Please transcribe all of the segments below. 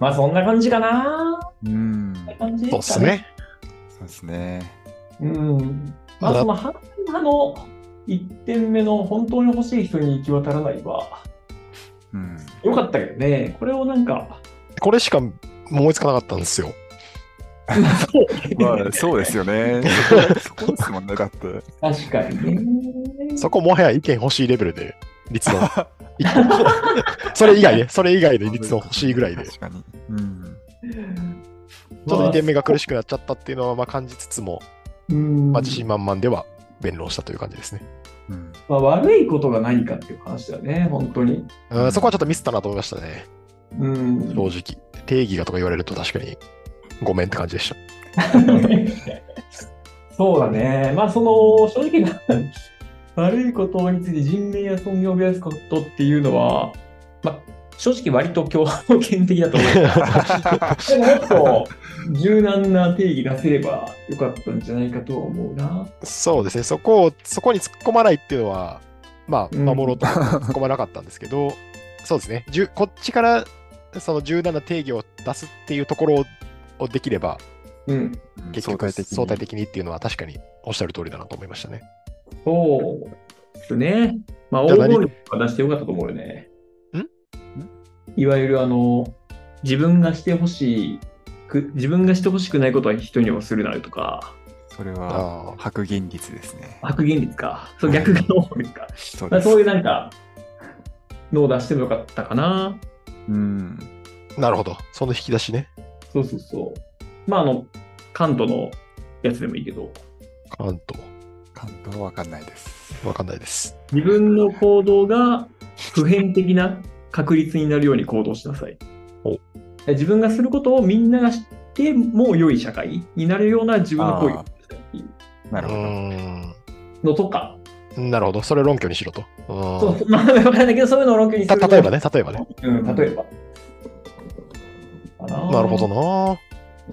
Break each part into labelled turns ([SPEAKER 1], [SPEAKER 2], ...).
[SPEAKER 1] まあそんな感じかな。
[SPEAKER 2] うん。
[SPEAKER 1] そんな感じ
[SPEAKER 3] そうです。ね。
[SPEAKER 2] そうですね。
[SPEAKER 1] うん。まあその半端の1点目の本当に欲しい人に行き渡らないは、
[SPEAKER 2] うん。
[SPEAKER 1] 良かったけどね、これをなんか、
[SPEAKER 3] これしか思いつかなかったんですよ。
[SPEAKER 2] まあ、そうです よね。そこですもんね、だって。
[SPEAKER 1] 確かにね。
[SPEAKER 3] そこもはや意見欲しいレベルで、率の 一個。それ以外ね、それ以外で率の欲しいぐらいで、ち
[SPEAKER 2] 確かに。うん。
[SPEAKER 3] ょっと2点目が苦
[SPEAKER 1] し
[SPEAKER 3] しくなっちゃったっていうのはまあ感じつつも、
[SPEAKER 1] い。うん
[SPEAKER 3] まあ、自信満々では弁論したという感じですね。
[SPEAKER 2] うん。
[SPEAKER 1] まあ、悪いことが何かっていう話だよね、本当に。
[SPEAKER 3] うん、そこはちょっとミスったなと思いましたね、
[SPEAKER 1] うん。
[SPEAKER 3] 正直。定義がとか言われると確かに、ごめんって感じで した。
[SPEAKER 1] そうだね。まあ、その、正直な悪いことについて人命や損害を増やすことっていうのは、まあ、正直割と強権的だと思う。でも、もっと柔軟な定義出せればよかったんじゃないかとは思うな。
[SPEAKER 3] そうですね、そこを、そこに突っ込まないっていうのは、まあ、
[SPEAKER 1] うん
[SPEAKER 3] 守ろうと思って突っ込まなかったんですけど、そうですね、じゅこっちからその柔軟な定義を出すっていうところををできれば、
[SPEAKER 1] うん。
[SPEAKER 3] 結局相対的にっていうのは確かにおっしゃる通りだなと思いましたね。
[SPEAKER 1] そうですね。まあ、
[SPEAKER 3] じゃあ
[SPEAKER 1] 大
[SPEAKER 3] 何
[SPEAKER 1] 声力は出してよかったと思うよね。
[SPEAKER 3] ん
[SPEAKER 1] いわゆる、あの、自分がしてほしいく、自分がしてほしくないことは人にもするなよとか、
[SPEAKER 2] それは、
[SPEAKER 3] ああ、
[SPEAKER 2] 白銀率ですね。
[SPEAKER 1] 白言率か、そう逆が多い か、
[SPEAKER 2] そう
[SPEAKER 1] まあ
[SPEAKER 2] です。
[SPEAKER 1] そういうなんか、のを出してもよかったかな。
[SPEAKER 2] うん。
[SPEAKER 3] なるほど、その引き出しね。
[SPEAKER 1] そうそうそう。まあ、あの、カントのやつでもいいけど、
[SPEAKER 3] 関東、
[SPEAKER 2] 関東はわかんないです。
[SPEAKER 3] わかんないです。
[SPEAKER 1] 自分の行動が普遍的な確率になるように行動しなさい
[SPEAKER 3] お。
[SPEAKER 1] 自分がすることをみんなが知ってもう良い社会になるような自分の行為をしたいっていう
[SPEAKER 2] な
[SPEAKER 3] う
[SPEAKER 2] るほど。
[SPEAKER 3] ー
[SPEAKER 1] のとか、
[SPEAKER 3] ん、なるほど、それ論拠にしろと。うーん
[SPEAKER 1] そうそうまあ、わかんないけど、そういうのを論拠にす
[SPEAKER 3] た
[SPEAKER 1] る。
[SPEAKER 3] 例えばね、例えばね。
[SPEAKER 1] うん、例えば。か
[SPEAKER 3] なるほど。な。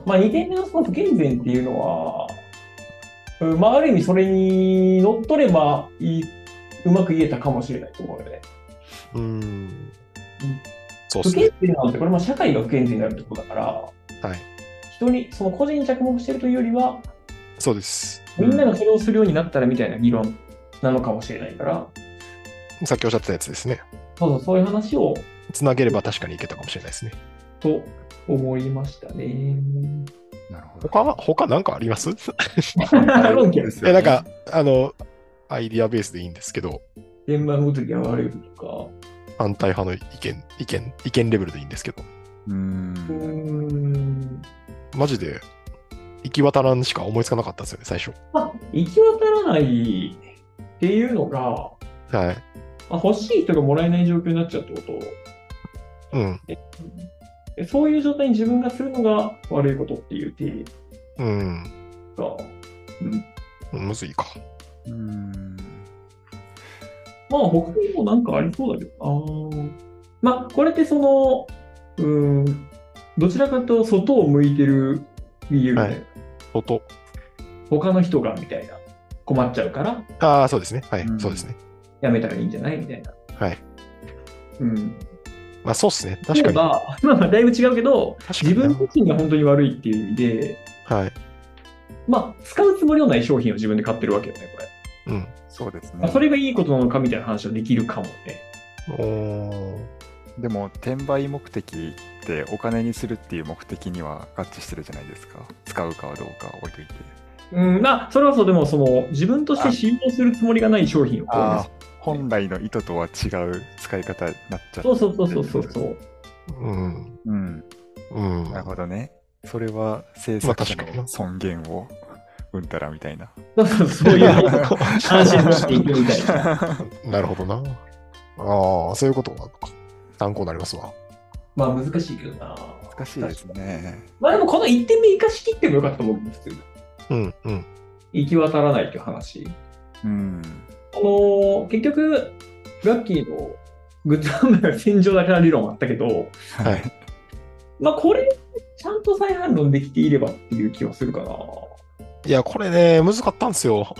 [SPEAKER 1] まあ、2点目のその不健全っていうのは、うんまあ、ある意味それに乗っ取ればいいうまく言えたかもしれないと思うよね。
[SPEAKER 3] うーん
[SPEAKER 1] うん。
[SPEAKER 3] そうで
[SPEAKER 1] 不
[SPEAKER 3] すね
[SPEAKER 1] 健。全なんて、これも社会が不健全になるってことだから、
[SPEAKER 3] はい
[SPEAKER 1] 人に、その個人に着目してるというよりは、
[SPEAKER 3] そうです。
[SPEAKER 1] みんながそれをするようになったらみたいな議論なのかもしれないから、
[SPEAKER 3] さっきおっしゃってたやつですね。
[SPEAKER 1] そうそう、そういう話を、
[SPEAKER 3] つなげれば確かにいけたかもしれないですね。
[SPEAKER 1] と思いましたね。
[SPEAKER 2] なるほど。
[SPEAKER 3] 他は、他なんかあります
[SPEAKER 1] 論拠
[SPEAKER 3] え、なんか、あの、アイディアベースでいいんですけど、
[SPEAKER 1] 現場の時は悪いと
[SPEAKER 3] 反対派の意見、意見、意見レベルでいいんですけど、
[SPEAKER 2] う
[SPEAKER 1] か、うー
[SPEAKER 2] ん。
[SPEAKER 1] ん、
[SPEAKER 3] マジで、行き渡らんしか思いつかなかったんですよね、最初。
[SPEAKER 1] まあ、行き渡らないっていうのが、
[SPEAKER 3] はい。
[SPEAKER 1] まあ、欲しい人がもらえない状況になっちゃうってこと
[SPEAKER 3] うん。
[SPEAKER 1] えそういう状態に自分がするのが悪いことっていう定義
[SPEAKER 3] うん。
[SPEAKER 1] が、
[SPEAKER 3] むずいか。
[SPEAKER 2] うん。
[SPEAKER 1] まあ、他にもなんかありそうだけどな。まあ、これってその、うーん、どちらかというと外を向いてる理由みたいな、
[SPEAKER 3] はい音。
[SPEAKER 1] 他の人がみたいな、困っちゃうから、
[SPEAKER 3] ああ、そうですね。はい、
[SPEAKER 2] うん
[SPEAKER 3] そうですね。
[SPEAKER 1] やめたらいいんじゃないみたいな。
[SPEAKER 3] はい。
[SPEAKER 1] うん。
[SPEAKER 3] まあ、そうですね。確かに。
[SPEAKER 1] まあ、まあまあ、だいぶ違うけど、
[SPEAKER 3] 確か
[SPEAKER 1] 自
[SPEAKER 3] にな
[SPEAKER 1] 分自身が本当に悪いっていう意味で、
[SPEAKER 3] はい。
[SPEAKER 1] まあ、使うつもりのない商品を自分で買ってるわけよね、これ。
[SPEAKER 3] うん。
[SPEAKER 2] そうです
[SPEAKER 1] ま
[SPEAKER 2] ね
[SPEAKER 1] あ、。それがいいことなのかみたいな話はできるかもね。
[SPEAKER 3] おー
[SPEAKER 2] でも、転売目的ってお金にするっていう目的には合致してるじゃないですか。使うかはどうか置いといて。
[SPEAKER 1] うん、まあ、それはそう、でも、その、自分として使用するつもりがない商品を購入する
[SPEAKER 2] ああ、本来の意図とは違う使い方になっちゃって
[SPEAKER 1] そうそうそうそうそうそう。
[SPEAKER 3] うん。
[SPEAKER 2] うん。
[SPEAKER 3] うん
[SPEAKER 2] な。るほどね。それは制
[SPEAKER 3] まあ
[SPEAKER 2] 作
[SPEAKER 3] 確
[SPEAKER 2] 者
[SPEAKER 3] かに
[SPEAKER 2] の尊厳をうんたらみたいな。
[SPEAKER 1] そうそうそういう安心していくみたい な。
[SPEAKER 3] なるほどな。ああ、そういうことなのか。参考になりますわ。
[SPEAKER 1] まあ難しいけどな。
[SPEAKER 2] 難しいですね。
[SPEAKER 1] まあでもこの1点目生かしきってもよかったと思うんですけど、
[SPEAKER 3] うんうん。
[SPEAKER 1] 行き渡らないという話。
[SPEAKER 2] うん。
[SPEAKER 1] あのー結局、ガッキーのグッズ販売は戦場だから理論はあったけど、
[SPEAKER 3] はい。
[SPEAKER 1] まあこれ、ちゃんと再反論できていればっていう気はするかな。
[SPEAKER 3] いや、これね、難かったんですよ。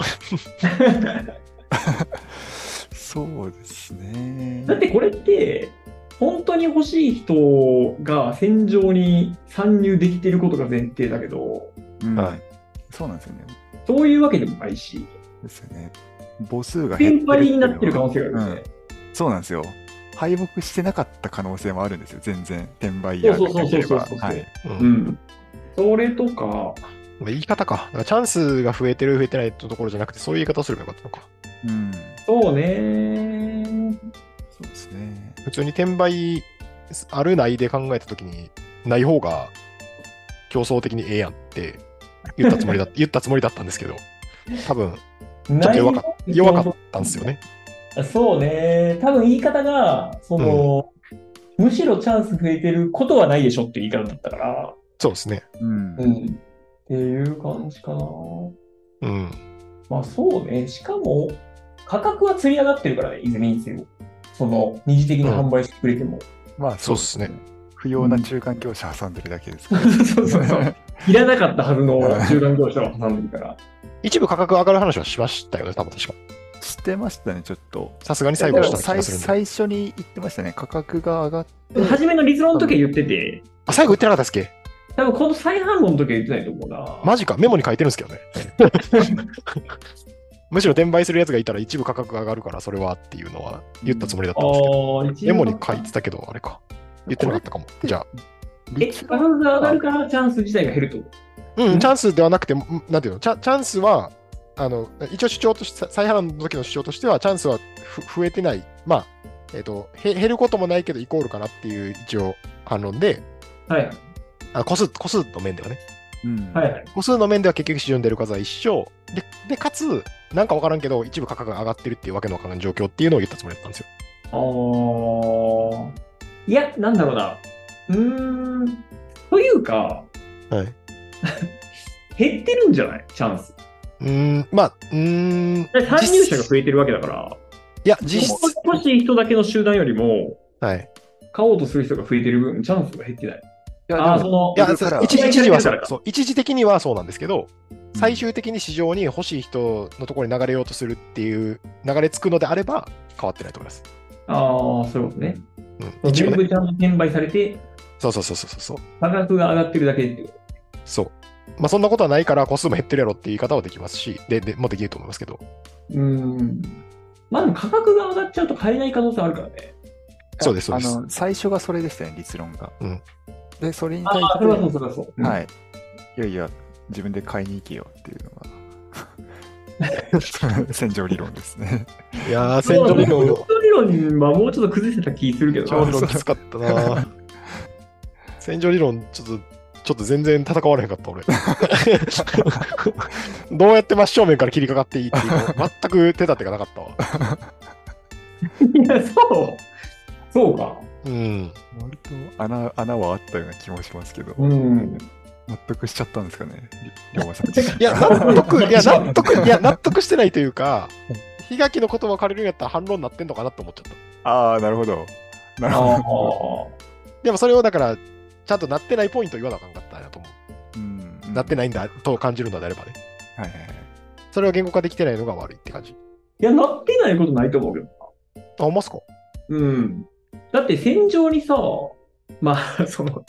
[SPEAKER 2] そうですね。
[SPEAKER 1] だってこれって、本当に欲しい人が戦場に参入できていることが前提だけど、
[SPEAKER 2] うん
[SPEAKER 3] はい
[SPEAKER 2] そうなんですよね。
[SPEAKER 1] そういうわけでもないし、
[SPEAKER 2] ですよね。母数が減
[SPEAKER 1] 先
[SPEAKER 2] ってるって
[SPEAKER 1] 輩
[SPEAKER 2] いう
[SPEAKER 1] に
[SPEAKER 2] のは
[SPEAKER 1] なってる可能性があるよね。
[SPEAKER 2] そうなんですよ。敗北してなかった可能性もあるんですよ、全然。転売やらなければ。
[SPEAKER 1] そうそうそうそうそう
[SPEAKER 2] はい。
[SPEAKER 3] うん
[SPEAKER 1] うん。それとか、
[SPEAKER 3] まあ言い方か。だからチャンスが増えてる、増えてないってところじゃなくて、そういう言い方をすればよかったのか。
[SPEAKER 2] うん。
[SPEAKER 1] そうね。
[SPEAKER 2] そうですね。
[SPEAKER 3] 普通に転売あるないで考えたときに、ない方が競争的にええやんって言ったつもりだ 言ったつもりだったんですけど、多分ちょっと弱か弱かったんですよね。
[SPEAKER 1] そうね、多分言い方が、その、むしろチャンス増えてることはないでしょっていう言い方だったから、
[SPEAKER 3] そうですね。
[SPEAKER 2] うん。
[SPEAKER 1] うん。っていう感じかな。
[SPEAKER 3] うん。
[SPEAKER 1] まあそうね、しかも、価格は釣り上がってるからね、いずれにせよ。その、二次的に販売してくれても。
[SPEAKER 2] まあ、
[SPEAKER 3] そうっすね。
[SPEAKER 2] 不要な中間業者挟んでるだけですから。
[SPEAKER 1] そうそう そう。いらなかったはずの中間業者を挟んでるから。
[SPEAKER 3] 一部価格上がる話はしましたよね、多分確か。
[SPEAKER 2] 知ってましたね、ちょっと。
[SPEAKER 3] さすがに最
[SPEAKER 1] 最
[SPEAKER 3] 後
[SPEAKER 1] 後
[SPEAKER 3] は
[SPEAKER 1] は
[SPEAKER 3] し
[SPEAKER 1] したた
[SPEAKER 3] 気
[SPEAKER 2] 最
[SPEAKER 3] がするんで。
[SPEAKER 2] 最初に言ってましたね、価格が上がって。
[SPEAKER 1] 初めの立論の時は言ってて、
[SPEAKER 3] あ、最後言ってなかったっすっけ
[SPEAKER 1] 多分この再販論の時は言ってないと思うな。
[SPEAKER 3] マジか。メモに書いてるんですけどね。 むしろ転売するやつがいたら一部価格が上がるから、それはっていうのは言ったつもりだったんですけど。
[SPEAKER 1] ああ、一
[SPEAKER 3] メ
[SPEAKER 1] 応
[SPEAKER 3] モに書いてたけど、あれか。言ってなかったかも。じゃあ。
[SPEAKER 1] え、
[SPEAKER 2] 立
[SPEAKER 1] 価格が上がるからチャンス自体が減ると。
[SPEAKER 3] うん、
[SPEAKER 1] ん
[SPEAKER 3] チャンスではなくて、んなんていうの、チャチャンスは、あの一応主張として、再販の時の主張としては、チャンスはふ増えてない、まあ、えっとへ、減ることもないけど、イコールかなっていう一応反論で、
[SPEAKER 1] はい。
[SPEAKER 3] あ個数個数の面ではね、
[SPEAKER 2] うん
[SPEAKER 1] はいはい。
[SPEAKER 3] 個数の面では結局、市場に出る数は一緒で、でかつ、なんか分からんけど、一部価格が上がってるっていうわけのわからん状況っていうのを言ったつもりだったんですよ。
[SPEAKER 1] あーいや、なんだろうな。うーん。というか、
[SPEAKER 3] はい、
[SPEAKER 1] 減ってるんじゃないチャンス。
[SPEAKER 3] うーん、まあ、うーん、い
[SPEAKER 1] だって参入者が増えてるわけだから、
[SPEAKER 3] や、実質、
[SPEAKER 1] 欲しい人だけの集団よりも、
[SPEAKER 3] はい、
[SPEAKER 1] 買おうとする人が増えてる分、チャンスが減ってない。
[SPEAKER 2] いや
[SPEAKER 1] ああ、
[SPEAKER 2] で
[SPEAKER 1] その
[SPEAKER 2] も
[SPEAKER 3] い、や
[SPEAKER 2] 売るから
[SPEAKER 3] 一時一時はそ
[SPEAKER 1] 売
[SPEAKER 3] う
[SPEAKER 1] るから
[SPEAKER 3] そう一時的にはそうなんですけど、最終的に市場に欲しい人のところに流れようとするっていう流れつくのであれば変わってないと思います。
[SPEAKER 1] ああ、そういうことね。
[SPEAKER 3] うん、一応
[SPEAKER 1] 全
[SPEAKER 3] ね。
[SPEAKER 1] 部ちゃんと転売されて、
[SPEAKER 3] そうそうそうそうそう。
[SPEAKER 1] 価格が上がってるだけっていう。
[SPEAKER 3] そう。まあそんなことはないから個数も減ってるやろっていう言い方はできますし、で、でもうできると思いますけど。
[SPEAKER 1] うーん。まあでも価格が上がっちゃうと買えない可能性あるからね。
[SPEAKER 3] そうです、そう
[SPEAKER 2] あ
[SPEAKER 3] です。
[SPEAKER 2] の最初がそれでしたね、立論が。
[SPEAKER 3] うん
[SPEAKER 2] で、それに対
[SPEAKER 1] ああ、
[SPEAKER 2] し
[SPEAKER 1] それはそう、
[SPEAKER 2] て、
[SPEAKER 1] それはそう。
[SPEAKER 2] はい。いやいや、自分で買いに行けよっていうのが、 戦場理論ですね。
[SPEAKER 3] いやー、
[SPEAKER 1] 戦
[SPEAKER 3] 戦場
[SPEAKER 1] 場
[SPEAKER 3] 理
[SPEAKER 1] 理
[SPEAKER 3] 論、
[SPEAKER 1] 論はもうちょっと崩せた気するけ
[SPEAKER 3] 戦
[SPEAKER 1] ど
[SPEAKER 3] 場理
[SPEAKER 1] な。
[SPEAKER 3] 論きつかったな戦場理論、ちょっと、ちょっと全然戦われへんかった、俺。 どうやって真正面から切りかかっていいっていうの、全く手立てがなかったわ。
[SPEAKER 1] いや、そう。そうか。
[SPEAKER 3] うん。
[SPEAKER 2] 割と穴穴はあったような気もしますけど、
[SPEAKER 1] うん。
[SPEAKER 2] 納得しちゃったんですかね、り龍馬さん自身。
[SPEAKER 3] いや、 納得、いや、納得、いや、納得してないというか、比嘉家の言葉を借りるんやったら反論になってんのかなと思っちゃっ た。
[SPEAKER 2] ああ、なるほど。なる
[SPEAKER 1] あ
[SPEAKER 2] ほ
[SPEAKER 1] あ
[SPEAKER 2] ど。。
[SPEAKER 3] でもそれをだから、ちゃんとなってないポイントを言わなあかんかったなと思
[SPEAKER 2] うん
[SPEAKER 3] う。なって
[SPEAKER 2] ない。
[SPEAKER 3] ないんだと感じるのであればね。
[SPEAKER 2] はいはいはい。
[SPEAKER 3] それを言語化できてないのが悪いって感じ。
[SPEAKER 1] いや、なってないことないと思うけどな。
[SPEAKER 3] あ、ほんまっすか
[SPEAKER 1] うん。だって戦場にさ、まあ、 その、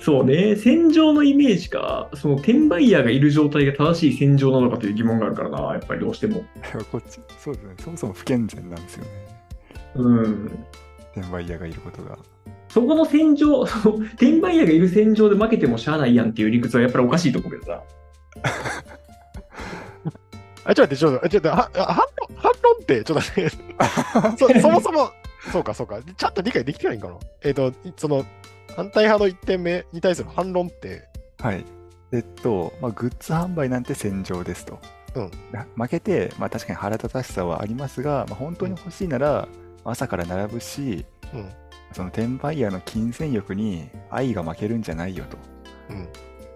[SPEAKER 1] そうね、戦場のイメージか、その転売ヤーがいる状態が正しい戦場なのかという疑問があるからな、やっぱりどうしても。
[SPEAKER 2] こっち、そうですね。そもそも不健全なんですよね。
[SPEAKER 1] うん。
[SPEAKER 2] 転売屋がいることが。
[SPEAKER 1] そこの戦場、 その転売ヤーがいる戦場で負けてもしゃあないやんっていう理屈はやっぱりおかしいと思うけどさ。
[SPEAKER 3] あ、ちょっと待って、ちょっと待って、ちょっと待って、はは反論、反論って、ちょっと待って。そそもそも、そうか、そうか。ちゃんと理解できてないんかな。えっ、と、その、反対派の1点目に対する反論って、
[SPEAKER 2] はい。えっと、まあ、グッズ販売なんて戦場ですと。
[SPEAKER 3] うん
[SPEAKER 2] な負けて、まあ、確かに腹立たしさはありますが、まあ、本当に欲しいなら、朝から並ぶし、
[SPEAKER 3] うん、
[SPEAKER 2] その転売屋の金銭欲に愛が負けるんじゃないよと。
[SPEAKER 3] うん。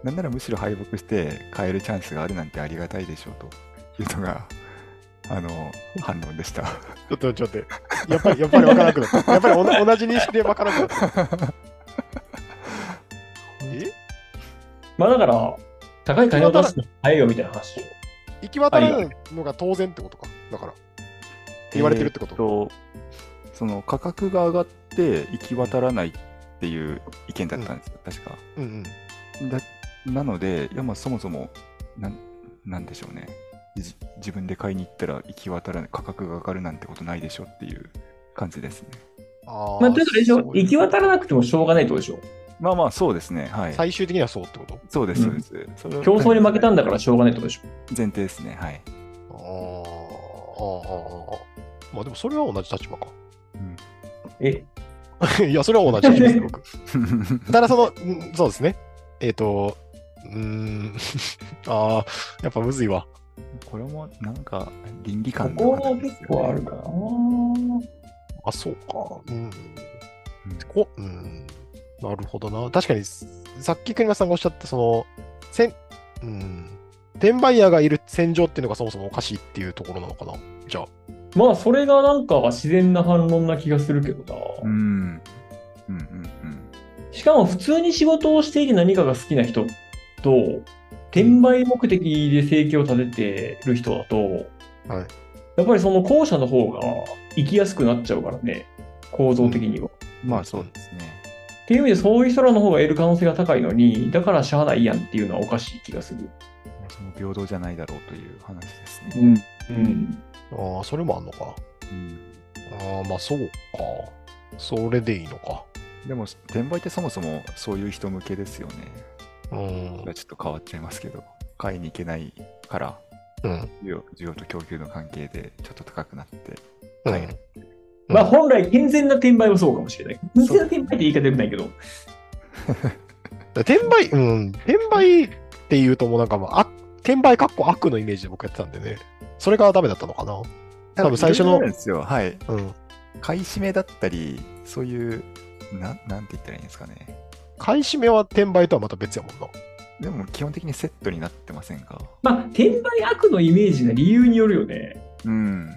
[SPEAKER 2] なんならむしろ敗北して買えるチャンスがあるなんてありがたいでしょうというのが、あの、反論でした。
[SPEAKER 3] ちょっとちょっと待って、やっぱり、やっぱり分からなくなった。やっぱりおな同じ認識で分からなくなった。え
[SPEAKER 1] まあだから、高い金を出すの早いよみたいな話。
[SPEAKER 3] 行き渡らないのが当然ってことか。だから。言われてるってこと
[SPEAKER 2] えーっとその価格が上がっって行き渡らないっていう意見だったんですよ、確か。
[SPEAKER 3] うんうん。
[SPEAKER 2] だなので、いやまあそもそもなん、なんでしょうねじ自分で買いに行ったら行き渡らない、価格が上がるなんてことないでしょっていう感じですね。
[SPEAKER 3] あー
[SPEAKER 1] まあ、だからでしょ、
[SPEAKER 3] そういう
[SPEAKER 1] 行き渡らなくてもしょうがないってことでしょ。
[SPEAKER 2] まあまあ、そうですね。はい。
[SPEAKER 3] 最終的にはそうってこと
[SPEAKER 2] そうです、そうです。それは
[SPEAKER 1] 競争に負けたんだからしょうがないってことでしょ。
[SPEAKER 2] 前提ですね。はい。
[SPEAKER 3] あーあーあーあーまあでもそれは同じ立場か。
[SPEAKER 1] え、
[SPEAKER 3] いや、それは同じ立場です、僕。ただその、うんそうですね。えっ、と、うーん、 ああ、やっぱむずいわ。
[SPEAKER 2] これもなんか倫理
[SPEAKER 1] こ
[SPEAKER 2] 観
[SPEAKER 1] こ
[SPEAKER 2] の
[SPEAKER 1] は
[SPEAKER 2] 話で
[SPEAKER 1] 結
[SPEAKER 2] すよね
[SPEAKER 1] 構あるかな。
[SPEAKER 3] あ、そうか。うん。こうん、なるほどな。確かに、ささっき国松さんがおっしゃった、その、せん、うん、転売屋がいる戦場っていうのがそもそもおかしいっていうところなのかな。じゃあ、
[SPEAKER 1] まあ、それがなんか自然な反論な気がするけどな。
[SPEAKER 2] うん。うんうんうん。
[SPEAKER 1] しかも普通に仕事をしていて何かが好きな人と、転売目的で生計を立ててる人だと、
[SPEAKER 3] はい
[SPEAKER 1] やっぱりその後者の方が生きやすくなっちゃうからね、構造的には。
[SPEAKER 2] まあそうですね。
[SPEAKER 1] っていう意味でそういう人らの方が得る可能性が高いのに、だからしゃあないやんっていうのはおかしい気がする。
[SPEAKER 2] その平等じゃないだろうという話ですね。
[SPEAKER 1] ん。うん。
[SPEAKER 3] ああ、それもあんのか。
[SPEAKER 2] うん
[SPEAKER 3] ああ、まあそうか。それでいいのか。
[SPEAKER 2] でも転売ってそもそもそういう人向けですよね。
[SPEAKER 3] うん
[SPEAKER 2] ちょ。っと変わっちゃいますけど、買いに行けないから
[SPEAKER 3] うん。
[SPEAKER 2] 需要需要と供給の関係でちょっと高くなって。
[SPEAKER 3] うん
[SPEAKER 2] はい
[SPEAKER 1] まあ本来健全な転売はそうかもしれない。健全な転売って言い方よくないけど、
[SPEAKER 3] 転売、うん、転売っていうともうなんかまあ、悪転売かっこ悪のイメージで僕やってたんでね。それがダメだったのかな。多分最初の
[SPEAKER 2] いろいろあるんですよ。はい。
[SPEAKER 3] うん。
[SPEAKER 2] 買い占めだったり、そういう、なんなんて言ったらいいんですかね。
[SPEAKER 3] 買い占めは転売とはまた別やもんな。
[SPEAKER 2] でも基本的にセットになってませんか
[SPEAKER 1] まあ転売悪のイメージな理由によるよね。
[SPEAKER 2] うん。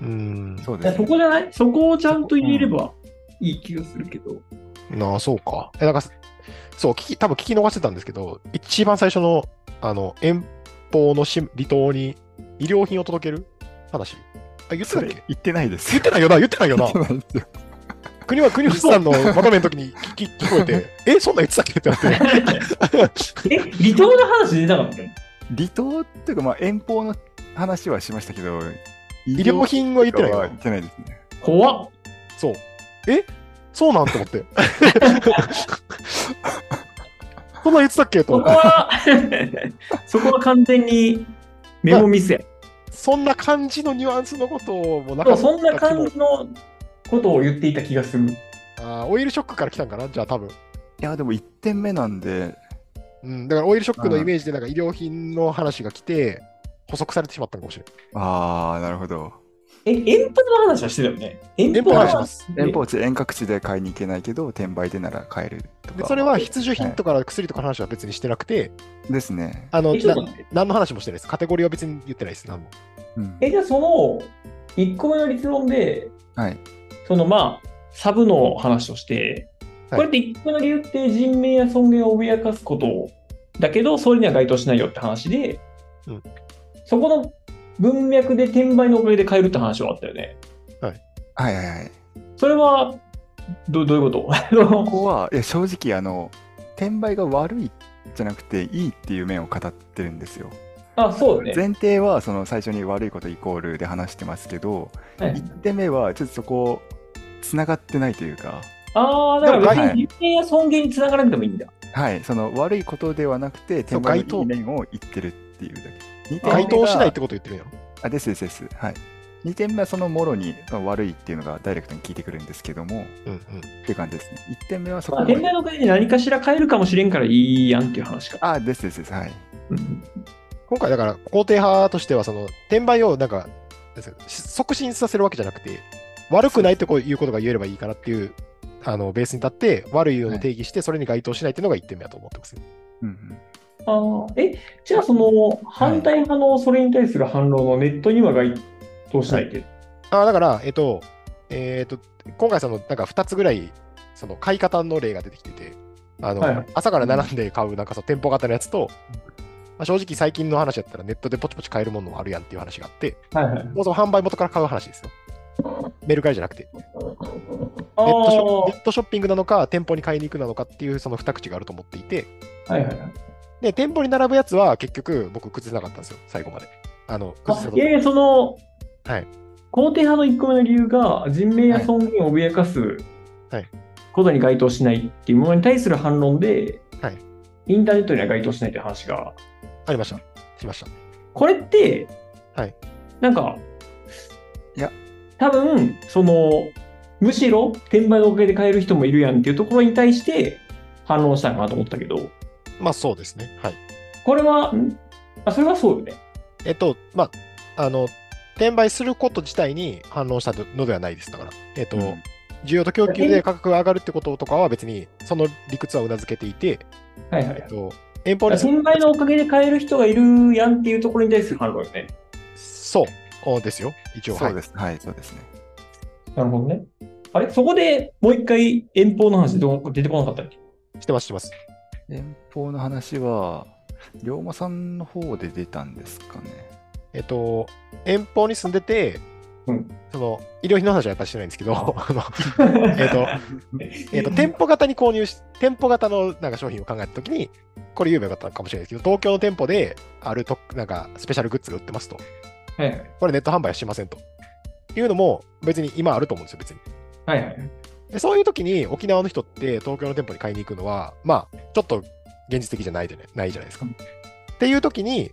[SPEAKER 3] うん。
[SPEAKER 2] そう
[SPEAKER 1] いや
[SPEAKER 2] で
[SPEAKER 1] そ
[SPEAKER 2] す、ね。
[SPEAKER 1] こじゃないそこをちゃんと言えればいい気がするけど。
[SPEAKER 3] なあ、そうか。え、なんか、そう、聞き、多分聞き逃してたんですけど、一番最初の、あの、遠方のし離島に医療品を届ける話。あ、言ってた
[SPEAKER 2] そ
[SPEAKER 3] っ
[SPEAKER 2] れ
[SPEAKER 3] け
[SPEAKER 2] 言ってないです
[SPEAKER 3] 言っ
[SPEAKER 2] よ。
[SPEAKER 3] てないよな、言ってないよな。
[SPEAKER 2] 言ってないですよ。
[SPEAKER 3] 国は国吉さんのまとめの時に聞き聞こえ て、え、そんなん言ってたっけってなって。
[SPEAKER 1] え、離島の話出たかった
[SPEAKER 2] 離島っていうか、まあ、遠方の話はしましたけど、医
[SPEAKER 3] 医療品は言ってない
[SPEAKER 2] は
[SPEAKER 3] よ
[SPEAKER 2] 言ってないですね。
[SPEAKER 1] 怖っ。
[SPEAKER 3] そう。えそうなんと思って。 そんなん言ってたっけと
[SPEAKER 1] そ
[SPEAKER 3] 思
[SPEAKER 1] こ
[SPEAKER 3] って。
[SPEAKER 1] は、 そこは完全にメモミスや。
[SPEAKER 3] そんな感じのニュアンスのことを、もう
[SPEAKER 1] な
[SPEAKER 3] な
[SPEAKER 1] ん
[SPEAKER 3] か
[SPEAKER 1] かそんな感じのことを言っていた気がする。
[SPEAKER 3] あーオイルショックから来たんかなじゃあ多分。
[SPEAKER 2] いや、でも1点目なんで、
[SPEAKER 3] うん、だからオイルショックのイメージでなんか医療品の話が来て、補足されてしまったのかもしれ
[SPEAKER 2] あー、なるほど。
[SPEAKER 1] え、遠方の話はしてたよね。遠
[SPEAKER 3] 遠方の話します
[SPEAKER 1] ね
[SPEAKER 2] 遠方地、遠隔地で買いに行けないけど、転売でなら買えると
[SPEAKER 3] ない。
[SPEAKER 2] か。
[SPEAKER 3] でそれは必需品とか薬とかの話は別にしてなくて、
[SPEAKER 2] ですね。
[SPEAKER 3] あの
[SPEAKER 1] えちょっと
[SPEAKER 3] な
[SPEAKER 1] 待って
[SPEAKER 3] 何の話もしてないです。カテゴリーは別に言ってないです。何も
[SPEAKER 2] うん、
[SPEAKER 1] え、じゃあその、1個目の立論で、
[SPEAKER 2] はい。
[SPEAKER 1] そのまあ、サブの話として、
[SPEAKER 3] はい
[SPEAKER 1] これって1個目の理由って人命や尊厳を脅かすことだけど、それには該当しないよって話で、
[SPEAKER 3] うん
[SPEAKER 1] そこの文脈で転売のおかげで買えるって話はあったよね。
[SPEAKER 2] はいはいはい。
[SPEAKER 1] それは、どどういうこと あの
[SPEAKER 2] ここは、いや、正直、あの、転売が悪いじゃなくて、いいっていう面を語ってるんですよ。
[SPEAKER 1] あ、そうだね。
[SPEAKER 2] 前提は、その、最初に悪いことイコールで話してますけど、
[SPEAKER 1] はい
[SPEAKER 2] 1点目は、ちょっとそこ、つながってないというか、
[SPEAKER 1] ああ、だから別
[SPEAKER 2] はい
[SPEAKER 1] に人命や尊厳につながなくてもいいんだ。
[SPEAKER 2] はい、その悪いことではなくて、
[SPEAKER 3] そ
[SPEAKER 2] 転
[SPEAKER 3] う
[SPEAKER 2] 売
[SPEAKER 3] 該当
[SPEAKER 2] の面を言ってるっていうだけ。2点目が
[SPEAKER 3] 該当しないってこと言ってるんやろ。
[SPEAKER 2] あ、ですですです。はい。2点目はそのもろに悪いっていうのがダイレクトに効いてくるんですけども、
[SPEAKER 3] うん
[SPEAKER 2] っていう感じですね。1点目はそ
[SPEAKER 1] まあ、
[SPEAKER 2] こ
[SPEAKER 1] 転売のおかげで何かしら買えるかもしれんからいいやんっていう話か。
[SPEAKER 2] あ、ですですです。はい。
[SPEAKER 1] うん
[SPEAKER 3] 今回だから肯定派としてはその転売をなんかなんですか促進させるわけじゃなくて悪くないとこういうことが言えればいいかなっていうあのベースに立って悪いのを定義してそれに該当しないっていうのが1点目だと思ってます。
[SPEAKER 2] うんうん、
[SPEAKER 1] ああ、え、じゃあその反対派のそれに対する反論のネットには該当しないって。
[SPEAKER 3] あだから、えっと、えっと、今回その、なんか2つぐらい、その買い方の例が出てきてて、あの、
[SPEAKER 1] はいはい
[SPEAKER 3] 朝から並んで買う、なんかその店舗型のやつと、まあ、正直最近の話だったらネットでポチポチ買えるものもあるやんっていう話があって、
[SPEAKER 1] はいはい。
[SPEAKER 3] もうその販売元から買う話ですよ。メルカリじゃなくて、
[SPEAKER 1] あ
[SPEAKER 3] ネットショ
[SPEAKER 1] あ、は
[SPEAKER 3] ネットショッピングなのか、店舗に買いに行くなのかっていうその二口があると思っていて、
[SPEAKER 1] いはいはい。
[SPEAKER 3] で、店舗に並ぶやつは結局僕崩せなかったんですよ、最後まで。あの、崩せ
[SPEAKER 1] あ
[SPEAKER 3] たと
[SPEAKER 1] いやいや、その、
[SPEAKER 3] はい
[SPEAKER 1] 肯定派の1個目の理由が、人命や尊厳を脅かす
[SPEAKER 3] はい
[SPEAKER 1] ことに該当しないっていうものに対する反論で、
[SPEAKER 3] はい
[SPEAKER 1] インターネットには該当しないという話が、
[SPEAKER 3] ありました。しました。
[SPEAKER 1] これって、
[SPEAKER 3] はい
[SPEAKER 1] なんか、
[SPEAKER 2] いや
[SPEAKER 1] 多分その、むしろ転売のおかげで買える人もいるやんっていうところに対して反論したのかなと思ったけど、
[SPEAKER 3] まあそうですね。はい。
[SPEAKER 1] これは、んあそれはそうよね。
[SPEAKER 3] えっと、まあ、あの、転売すること自体に反論したのではないです。だから、えっと、
[SPEAKER 2] うん
[SPEAKER 3] 需要と供給で価格が上がるってこととかは別に、その理屈はうなずけていて、
[SPEAKER 1] はいはい
[SPEAKER 3] え
[SPEAKER 1] はい。
[SPEAKER 3] っと、遠方に住む
[SPEAKER 1] 転売のおかげで買える人がいるやんっていうところに対する反論よね。
[SPEAKER 3] そうおですよ、一応。。
[SPEAKER 2] そうですす。はい、そうですね。
[SPEAKER 1] なるほどね。あれそこでもう一回遠方の話どう出てこなかったっけ
[SPEAKER 3] してます、してます。
[SPEAKER 2] 遠方の話は、龍馬さんの方で出たんですかね。
[SPEAKER 3] えっと、遠方に住んでて、
[SPEAKER 1] うん
[SPEAKER 3] その医療費の話はやっぱしてないんですけど、 あのえ っと、えっと店舗型に購入し、店舗型のなんか商品を考えたときに、これ言えばよかったのかもしれないですけど、東京の店舗であるとなんかスペシャルグッズが売ってますと、
[SPEAKER 1] はいはい
[SPEAKER 3] これネット販売はしませんというのも、別に今あると思うんですよ、別に。
[SPEAKER 1] はいはい。
[SPEAKER 3] でそういう時に沖縄の人って東京の店舗に買いに行くのは、まあ、ちょっと現実的じゃないじゃないないじゃないですか。
[SPEAKER 1] うん
[SPEAKER 3] っていう時に、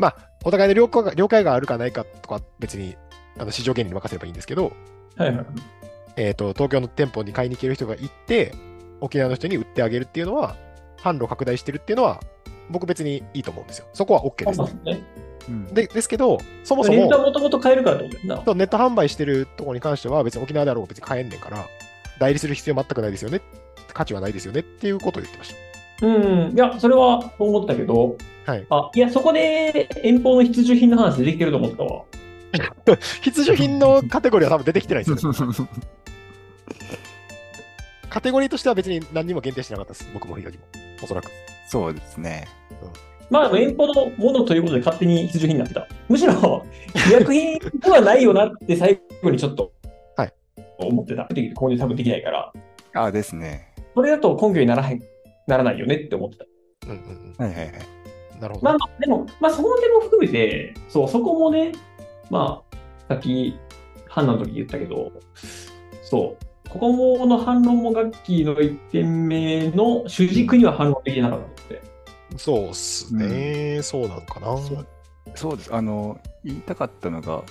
[SPEAKER 3] まあ、お互いの了解が了解があるかないかとかは別にあの市場原理に任せればいいんですけど、
[SPEAKER 1] はいはい。
[SPEAKER 3] えー、と東京の店舗に買いに行ける人が行って、沖縄の人に売ってあげるっていうのは、販路を拡大してるっていうのは、僕別にいいと思うんですよ。そこは OK
[SPEAKER 1] あ
[SPEAKER 3] で。
[SPEAKER 1] そうですすね。
[SPEAKER 2] うん
[SPEAKER 3] でですけど、そもそ
[SPEAKER 1] レンタ
[SPEAKER 3] も
[SPEAKER 1] もともと買えるからってことだよな。
[SPEAKER 3] そうネット販売してるところに関しては、別に沖縄であろうが別に買えんねんから、代理する必要全くないですよね、価値はないですよねっていうことを言って ました。
[SPEAKER 1] うん。いや、それはそう思ったけど、
[SPEAKER 3] はい
[SPEAKER 1] あいや、そこで遠方の必需品の話できてると思ったわ。
[SPEAKER 3] 必需品のカテゴリーは多分出てきてないですよね。カテゴリーとしては別に何にも限定してなかったです。僕も左も。おそらく。
[SPEAKER 2] そうですね。
[SPEAKER 1] まあ、でも遠方のものということで勝手に必需品になってた。むしろ、医薬品ではないよなって最後にちょっと
[SPEAKER 3] はい
[SPEAKER 1] 思ってた。購入多分できないから、
[SPEAKER 2] あ、ですね。
[SPEAKER 1] それだと根拠にならへんならないよねって思ってた。
[SPEAKER 3] うんうん
[SPEAKER 2] はいはいはい。
[SPEAKER 3] うん。なるほど。
[SPEAKER 1] まあまあ、でも、まあ、その点も含めて、そう、そこもね、まあ、さっき、判断の時言ったけど、そう、ここもの反論もガッキーの1点目の主軸には反論できなかったの で、
[SPEAKER 3] そうっすね、そうなのかな。
[SPEAKER 2] そうそうです。あの、言いたかったのが、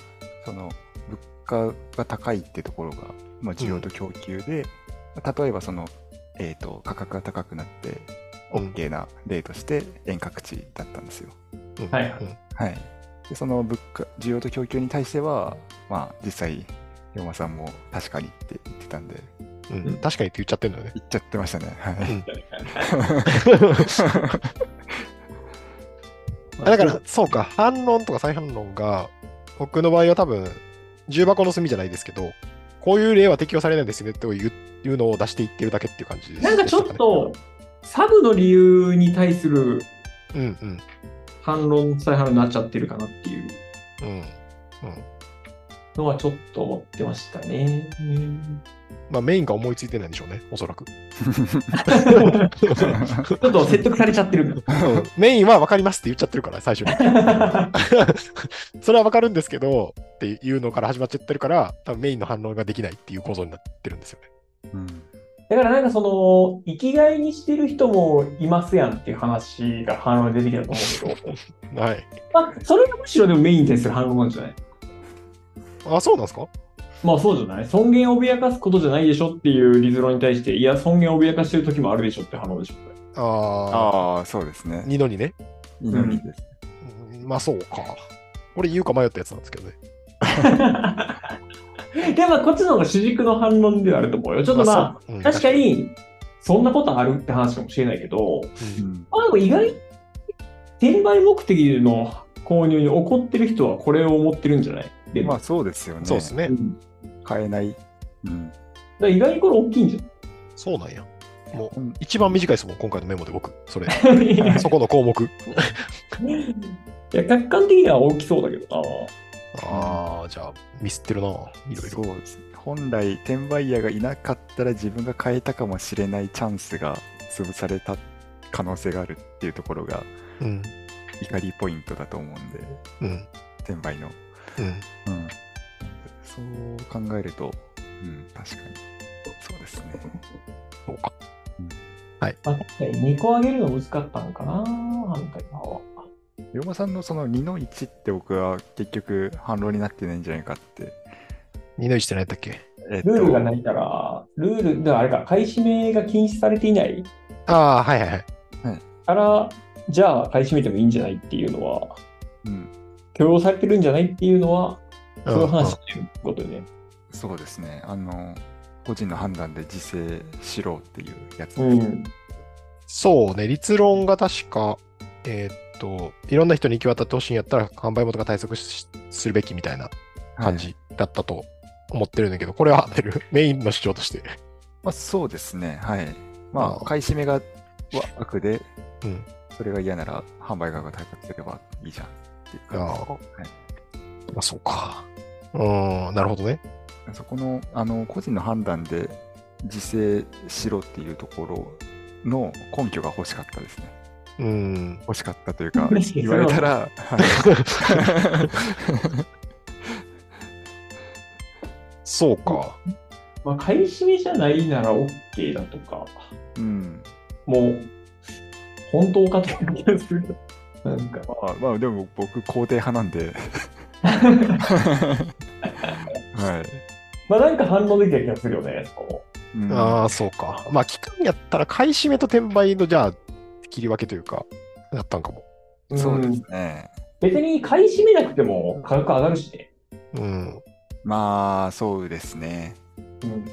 [SPEAKER 2] その、物価が高いってところが、まあ、需要と供給で、例えばその、えっ、と、価格が高くなって、
[SPEAKER 3] うん、
[SPEAKER 2] OK な例として、遠隔地だったんですよ。
[SPEAKER 3] うん
[SPEAKER 1] はい
[SPEAKER 3] うん
[SPEAKER 2] はい。で、その物価、需要と供給に対しては、まあ、実際、龍馬さんも確かにって言ってたんで、
[SPEAKER 3] うんうん確かにって言っちゃってるんだよね。
[SPEAKER 2] 言っちゃってましたね。は
[SPEAKER 3] うん
[SPEAKER 2] い。
[SPEAKER 3] あだから、、そうか、反論とか再反論が、僕の場合は多分、重箱の隅じゃないですけど、こういう例は適用されないですねっていういうのを出していってるだけっていう感じです、
[SPEAKER 1] なんかちょっ
[SPEAKER 3] でしたね、
[SPEAKER 1] と、サブの理由に対する
[SPEAKER 3] うんうん。
[SPEAKER 1] 反論、再反論になっちゃってるかなっていう
[SPEAKER 3] うん。うん。
[SPEAKER 1] のはちょっと思ってました ね。
[SPEAKER 3] まあメインが思いついてないんでしょうね、お そらく。
[SPEAKER 1] ちょっと説得されちゃってる。
[SPEAKER 3] メインは分かりますって言っちゃってるから、最初に。 それは分かるんですけど、っていうのから始まっちゃってるから、多分メインの反応ができないっていう構造になってるんですよね。
[SPEAKER 2] うん
[SPEAKER 1] だからなんかその、生きがいにしてる人もいますやんっていう話が反論で出てきたと思うけど、
[SPEAKER 3] はい。
[SPEAKER 1] まあ、それがむしろでもメインに対する反論なんじゃない
[SPEAKER 3] あ、そうなんですか
[SPEAKER 1] まあそうじゃない尊厳を脅かすことじゃないでしょっていう立論に対して、いや、尊厳を脅かしてる時もあるでしょって反論でしょ。
[SPEAKER 2] あ
[SPEAKER 3] あ
[SPEAKER 2] あ、そうですね
[SPEAKER 3] あ。。二のにね。
[SPEAKER 2] いいのにです。
[SPEAKER 3] うんまあそうか。俺言うか迷ったやつなんですけどね。
[SPEAKER 1] でもまあこっちの方が主軸の反論ではあると思うよ。ちょっとまあ、
[SPEAKER 3] そううん
[SPEAKER 1] 確かに、そんなことあるって話かもしれないけど、
[SPEAKER 2] うん
[SPEAKER 1] まあ、でも意外に転売目的での購入に怒ってる人はこれを思ってるんじゃないで
[SPEAKER 2] まあ、そうですよね。
[SPEAKER 3] そうですね
[SPEAKER 1] う。んだか
[SPEAKER 2] 買えない。うん。
[SPEAKER 1] ら意外にこれ大きいん じ
[SPEAKER 3] そうなんや。も
[SPEAKER 2] う
[SPEAKER 3] う
[SPEAKER 2] ん
[SPEAKER 3] 一番短いですもん、今回のメモで僕。それ。
[SPEAKER 1] ゃないいや
[SPEAKER 3] そこの項目。
[SPEAKER 1] 客観的には大きそうだけどな。
[SPEAKER 3] ああ、じゃあ、ミスってるな、いろい
[SPEAKER 2] そ
[SPEAKER 3] ろ。
[SPEAKER 2] うです本来転売ヤーがいなかったら自分が買えたかもしれないチャンスが潰された可能性があるっていうところが
[SPEAKER 3] うん、
[SPEAKER 2] 怒りポイントだと思うんで
[SPEAKER 3] うん、
[SPEAKER 2] 転売の、
[SPEAKER 3] うん。
[SPEAKER 2] うん、そう考えると、うん、確かにそうですね
[SPEAKER 3] そうか。
[SPEAKER 1] まあ、確かに2個上げるの難かったのかな、反対側は。
[SPEAKER 2] 龍馬さんのその2の1って僕は結局反論になってないんじゃないかって
[SPEAKER 3] 2の1って何やったっけ
[SPEAKER 2] えっ
[SPEAKER 1] ルールがな
[SPEAKER 2] と
[SPEAKER 1] いから、ルール、だからあれか、買い占めが禁止されていない
[SPEAKER 3] ああ、はいはいはい。
[SPEAKER 1] から、じゃあ買い占めてもいいんじゃないっていうのは、
[SPEAKER 2] うん
[SPEAKER 1] 許容されてるんじゃないっていうのは、
[SPEAKER 3] ん
[SPEAKER 1] そういう話っていうことでね。
[SPEAKER 2] そうですねあの個人の判断で自制しろっていうやつです
[SPEAKER 1] う
[SPEAKER 2] ね
[SPEAKER 1] ん。
[SPEAKER 3] そうね、立論が確か、えーっと、いろんな人に行き渡ってほしいんやったら、販売元が対策しするべきみたいな感じだったと思ってるんだけど、これは合ってる。メインの主張として。
[SPEAKER 2] まあ、そうですね、はい。ま
[SPEAKER 3] あ
[SPEAKER 2] あ、
[SPEAKER 3] あ
[SPEAKER 2] 買い占めがは悪で、
[SPEAKER 3] うん
[SPEAKER 2] それが嫌なら販売側が対策すればいいじゃんっていう感じ
[SPEAKER 3] ああまあ、そうか。うーん、なるほどね。
[SPEAKER 2] そこのあの個人の判断で自制しろっていうところの根拠が欲しかったですね。
[SPEAKER 3] うーん。
[SPEAKER 2] 欲しかったというか
[SPEAKER 1] 確かにそれ
[SPEAKER 2] 言
[SPEAKER 1] は
[SPEAKER 2] われたら、はい
[SPEAKER 3] そうか。
[SPEAKER 1] まあ、買い占めじゃないなら OK だとか、
[SPEAKER 2] うん
[SPEAKER 1] もう、本当かという気がする。なんか、
[SPEAKER 2] まあ、まあでも僕肯定派なん で、はい
[SPEAKER 1] まあなんか反応できた気がするよね、そこ
[SPEAKER 2] うん
[SPEAKER 3] ああ、そうか。まあ、期間やったら買い占めと転売の、じゃあ、切り分けというか、やったんかも。
[SPEAKER 2] そうで
[SPEAKER 1] ん
[SPEAKER 2] すね。
[SPEAKER 1] 別に買い占めなくても価格上がるしね。
[SPEAKER 3] うん。
[SPEAKER 2] まあそうですね。
[SPEAKER 1] うん。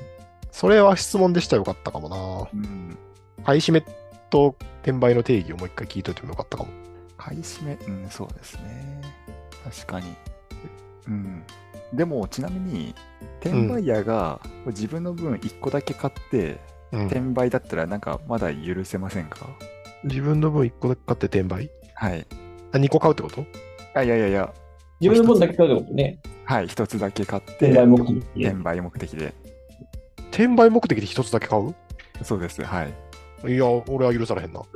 [SPEAKER 3] それは質問でしたらよかったかもな。
[SPEAKER 2] うん、
[SPEAKER 3] 買い占めと転売の定義をもう一回聞いといてもよかったかも。
[SPEAKER 2] 買い占め、うん、そうですね。確かに。うん。でも、ちなみに、転売ヤーが自分の分1個だけ買って、
[SPEAKER 3] うん
[SPEAKER 2] 転売だったら、なんかまだ許せませんか
[SPEAKER 3] 自分の分1個だけ買って転売
[SPEAKER 2] はい。
[SPEAKER 3] あ ?2 個買うってこと
[SPEAKER 2] あいやいやいや、
[SPEAKER 1] 自分の分だけ買うってことね。
[SPEAKER 2] はい、1つだけ買って、
[SPEAKER 1] 転売目的で
[SPEAKER 2] 転売目的で。
[SPEAKER 3] 転売目的で1つだけ買う
[SPEAKER 2] そうです、はい。
[SPEAKER 3] いや、俺は許されへんな。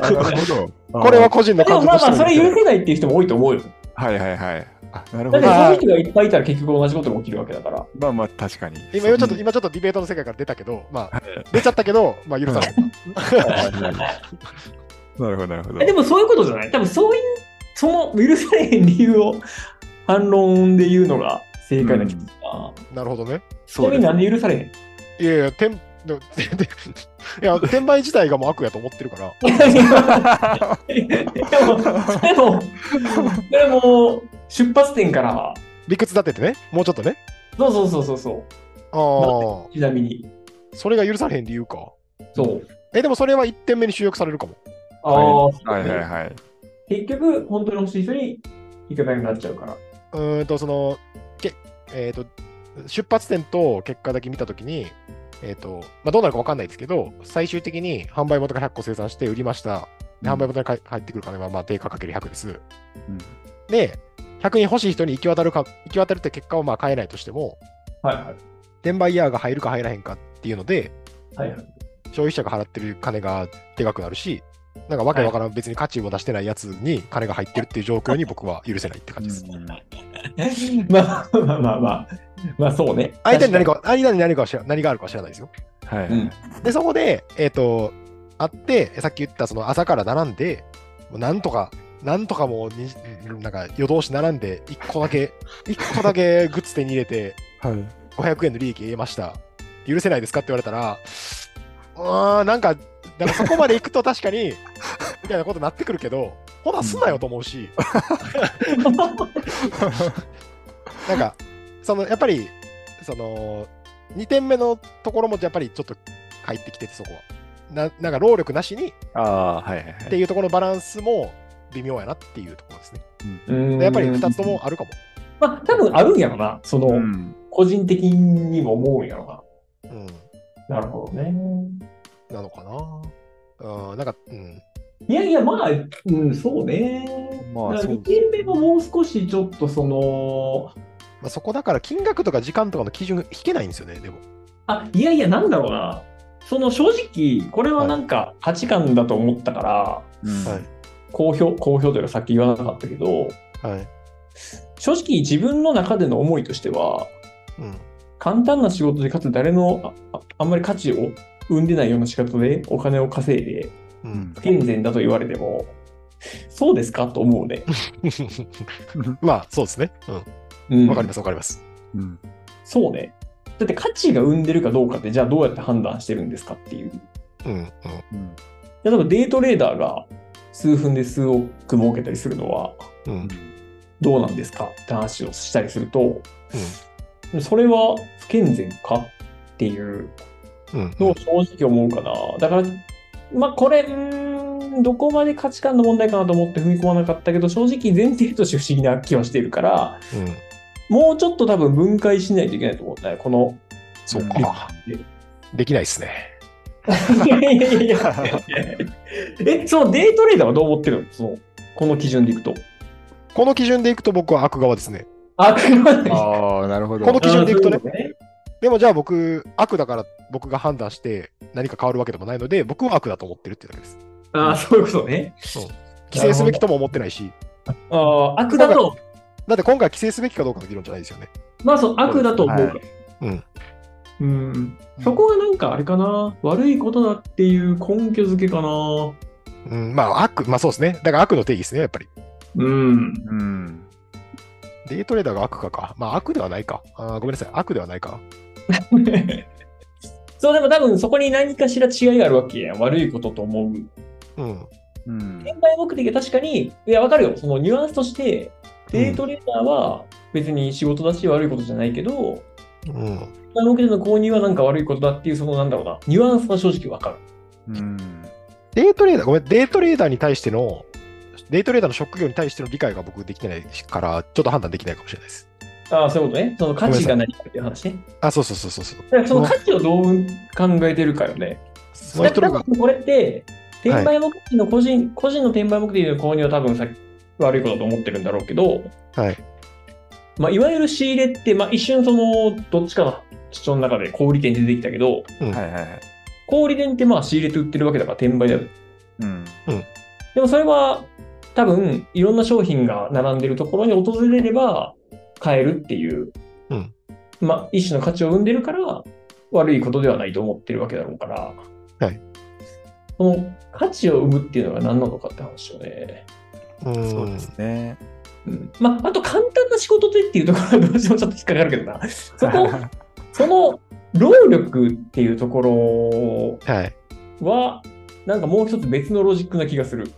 [SPEAKER 2] なるほど。
[SPEAKER 3] これは個人の
[SPEAKER 1] でも
[SPEAKER 3] 感
[SPEAKER 1] ま
[SPEAKER 3] 覚
[SPEAKER 1] あまあ、
[SPEAKER 3] と
[SPEAKER 1] それ
[SPEAKER 3] して
[SPEAKER 1] 許
[SPEAKER 3] ね。
[SPEAKER 1] せないっていう人も多いと思うよ。
[SPEAKER 2] はいはいはい。あなる
[SPEAKER 1] だって
[SPEAKER 2] ほど。
[SPEAKER 1] そういう人がいっぱいいたら結局同じことが起きるわけだから。
[SPEAKER 2] まあまあ、確かに。
[SPEAKER 3] 今今ちょっと、
[SPEAKER 2] うん
[SPEAKER 3] 今ちょっとディベートの世界から出たけど、まあ
[SPEAKER 2] い、
[SPEAKER 3] 出ちゃったけど、まあ許されへん な。
[SPEAKER 2] なるほど、なるほど
[SPEAKER 1] え。で もそういうことじゃない多分そういう、その許されへん理由を反論で言うのが正解な気がするな。
[SPEAKER 3] なるほどね。
[SPEAKER 1] ちなみになんで許されへん
[SPEAKER 3] いやいや、転、でも いや、転売自体がもう悪やと思ってるから。
[SPEAKER 1] いやいやでも、でも、でも、出発点から、
[SPEAKER 3] 理屈立ててね。もうちょっとね。
[SPEAKER 1] そうそうそうそうそう、
[SPEAKER 3] ああ、
[SPEAKER 1] ちなみに。
[SPEAKER 3] それが許されへん理由か。
[SPEAKER 1] そう。
[SPEAKER 3] え、でもそれは1点目に集約されるかも。
[SPEAKER 1] ああ、
[SPEAKER 2] はいはいはい。
[SPEAKER 1] 結局、本当に欲しい人に行かなくなっちゃうから。
[SPEAKER 3] うーんと、その、けえー、と出発点と結果だけ見たときに、えーとまあ、どうなるか分かんないですけど、最終的に販売元が100個生産して売りました。で販売元にか入ってくる金は、まあ、定価かける100です。
[SPEAKER 2] うん
[SPEAKER 3] で、100人欲しい人に行き渡るか、行き渡るって結果をまあ変えないとしても、
[SPEAKER 1] はいはい。
[SPEAKER 3] 転売ヤーが入るか入らへんかっていうので、
[SPEAKER 1] はいはい、
[SPEAKER 3] 消費者が払ってる金がでかくなるし、なんかわけわからん、別に価値を出してないやつに金が入ってるっていう状況に僕は許せないって感じです。
[SPEAKER 2] うん
[SPEAKER 1] まあまあまあまあ、まあそうね。
[SPEAKER 3] 相手に何
[SPEAKER 1] か
[SPEAKER 3] か、相手に何かを知ら何があるかは知らないですよ。
[SPEAKER 2] はい。
[SPEAKER 1] うん
[SPEAKER 3] で、そこで、えっ、と、会って、さっき言った、その朝から並んで、もうなんとか、なんとかもうに、なんか夜通し並んで、1個だけ、1個だけグッズ手に入れて、
[SPEAKER 2] はい。
[SPEAKER 3] 500円の利益得ました。許せないですかって言われたら、うーん、なんか、なんかそこまで行くと確かに、みたいなことになってくるけど、ほな、すなよと思うし、なんか、その、やっぱり、その、2点目のところも、やっぱりちょっと入ってきてて、そこは。ななんか、労力なしに、
[SPEAKER 2] ああ、はいはいはい。
[SPEAKER 3] っていうところのバランスも微妙やなっていうところですね。
[SPEAKER 1] うん
[SPEAKER 3] やっぱり2つと。もあるかも。
[SPEAKER 1] まあ多分あるんやろな、その、
[SPEAKER 2] うん
[SPEAKER 1] 個人的にも思うんやろ
[SPEAKER 3] うん、
[SPEAKER 1] な。なるほどね。
[SPEAKER 3] なのかな。うん、なんか、うん、
[SPEAKER 1] いやいや、まあ、うん、そうね。だ
[SPEAKER 2] まあ、
[SPEAKER 1] か
[SPEAKER 2] そ
[SPEAKER 1] ら
[SPEAKER 2] う
[SPEAKER 1] 2。軒目ももう少しちょっとその、
[SPEAKER 3] まあ、そこだから金額とか時間とかの基準が引けないんですよね、でも。
[SPEAKER 1] あ、いやいや、なんだろうな。その正直、これはなんか価値観だと思ったから、
[SPEAKER 2] うん
[SPEAKER 3] はい
[SPEAKER 1] 公表、公表というかさっき言わなかったけど、
[SPEAKER 3] はい。
[SPEAKER 1] 正直自分の中での思いとしては、
[SPEAKER 3] うん。
[SPEAKER 1] 簡単な仕事でかつ誰のあああんまり価値を生んでないような仕方でお金を稼いで
[SPEAKER 2] う
[SPEAKER 3] う。
[SPEAKER 2] んん
[SPEAKER 1] 不健全だと言われても、そうですかと思うね。
[SPEAKER 3] まあ、そうですね。
[SPEAKER 1] う
[SPEAKER 3] うんん。わかります、わかります。
[SPEAKER 2] うん
[SPEAKER 1] そうね。だって価値が生んでるかどうかって、じゃあどうやって判断してるんですかっていう。
[SPEAKER 3] うん。うん。
[SPEAKER 2] うん
[SPEAKER 1] 例えばデートレーダーが数分で数億儲けたりするのは
[SPEAKER 3] うん。
[SPEAKER 1] どうなんですかって話をしたりすると、それは不健全かっていう
[SPEAKER 3] うん。
[SPEAKER 1] のを正直思うかな。だから、まあこれ、うーんどこまで価値観の問題かなと思って踏み込まなかったけど、正直前提として不思議な気はしているから、
[SPEAKER 3] うん。
[SPEAKER 1] もうちょっと多分分解しないといけないと思うんだよ、この。
[SPEAKER 3] そうか。できないですね。
[SPEAKER 1] いやいやいやいや。 え、そのデイトレーダーはどう思ってるのそのこの基準でいくと。
[SPEAKER 3] この基準でいくと僕は悪側ですね。
[SPEAKER 1] あ、
[SPEAKER 2] ああ、なるほど。
[SPEAKER 3] この基準でいくとね
[SPEAKER 1] そういう
[SPEAKER 3] でもじゃあ僕、悪だから僕が判断して何か変わるわけでもないので、僕は悪だと思ってるってだけです。
[SPEAKER 1] ことね。あ、そういうことね。
[SPEAKER 3] 規制すべきとも思ってないし、
[SPEAKER 1] あ悪だと、
[SPEAKER 3] だって今回規制すべきかどうかの議論じゃないですよね。
[SPEAKER 1] まあそう、悪だと思うから。
[SPEAKER 3] うん。
[SPEAKER 1] うん。そこがなんかあれかな。悪いことだっていう根拠づけかな。
[SPEAKER 3] うん、まあ悪、まあそうですね。だから悪の定義ですね、やっぱり。
[SPEAKER 1] うん。
[SPEAKER 2] うん。
[SPEAKER 3] デイトレーダーが悪かか。まあ悪ではないか。あーごめんなさい、悪ではないか。
[SPEAKER 1] そう、でも多分そこに何かしら違いがあるわけやん。悪いことと思う。
[SPEAKER 3] うん。
[SPEAKER 2] うん。
[SPEAKER 1] 転売目的は確かに、いや、わかるよ。そのニュアンスとして、デイトレーダーは別に仕事だし悪いことじゃないけど、
[SPEAKER 3] うん。
[SPEAKER 1] 一般向けでの購入はなんか悪いことだっていう、そのなんだろうな、ニュアンスは正直わかる。
[SPEAKER 2] うん。
[SPEAKER 3] デイトレーダー、ごめん、デイトレーダーに対しての、デイトレーダーの職業に対しての理解が僕できてないから、ちょっと判断できないかもしれないです。
[SPEAKER 1] ああ、そういうことね。その価値が何かっていう話ね。
[SPEAKER 3] あ、そうそうそうそうそう。
[SPEAKER 1] だからその価値をどう考えてるかよね。
[SPEAKER 3] その
[SPEAKER 1] だ
[SPEAKER 3] 人
[SPEAKER 1] から
[SPEAKER 3] が、
[SPEAKER 1] これって、転売目的の個人、個人の転売目的の購入は多分さ悪いことだと思ってるんだろうけど、
[SPEAKER 3] はい。
[SPEAKER 1] まあ、いわゆる仕入れって、まあ、一瞬その、どっちかの主張の中で小売店で出てきたけど、
[SPEAKER 2] はいはいはい。
[SPEAKER 1] 小売店ってまあ仕入れて売ってるわけだから転売だよ。
[SPEAKER 2] うん。
[SPEAKER 1] でもそれは多分いろんな商品が並んでるところに訪れれば買えるっていう、
[SPEAKER 3] うん
[SPEAKER 1] まあ一種の価値を生んでるから悪いことではないと思ってるわけだろうから、
[SPEAKER 3] はい、
[SPEAKER 1] その価値を生むっていうのが何なのかって話よね。
[SPEAKER 3] うん
[SPEAKER 2] そうですね。
[SPEAKER 1] うん、まああと簡単な仕事でっていうところはどうしてもちょっと引っかかるけどな。そ こ、その労力っていうとこ
[SPEAKER 3] はい。
[SPEAKER 1] ろはなんかもう一つ別のロジックな気がする。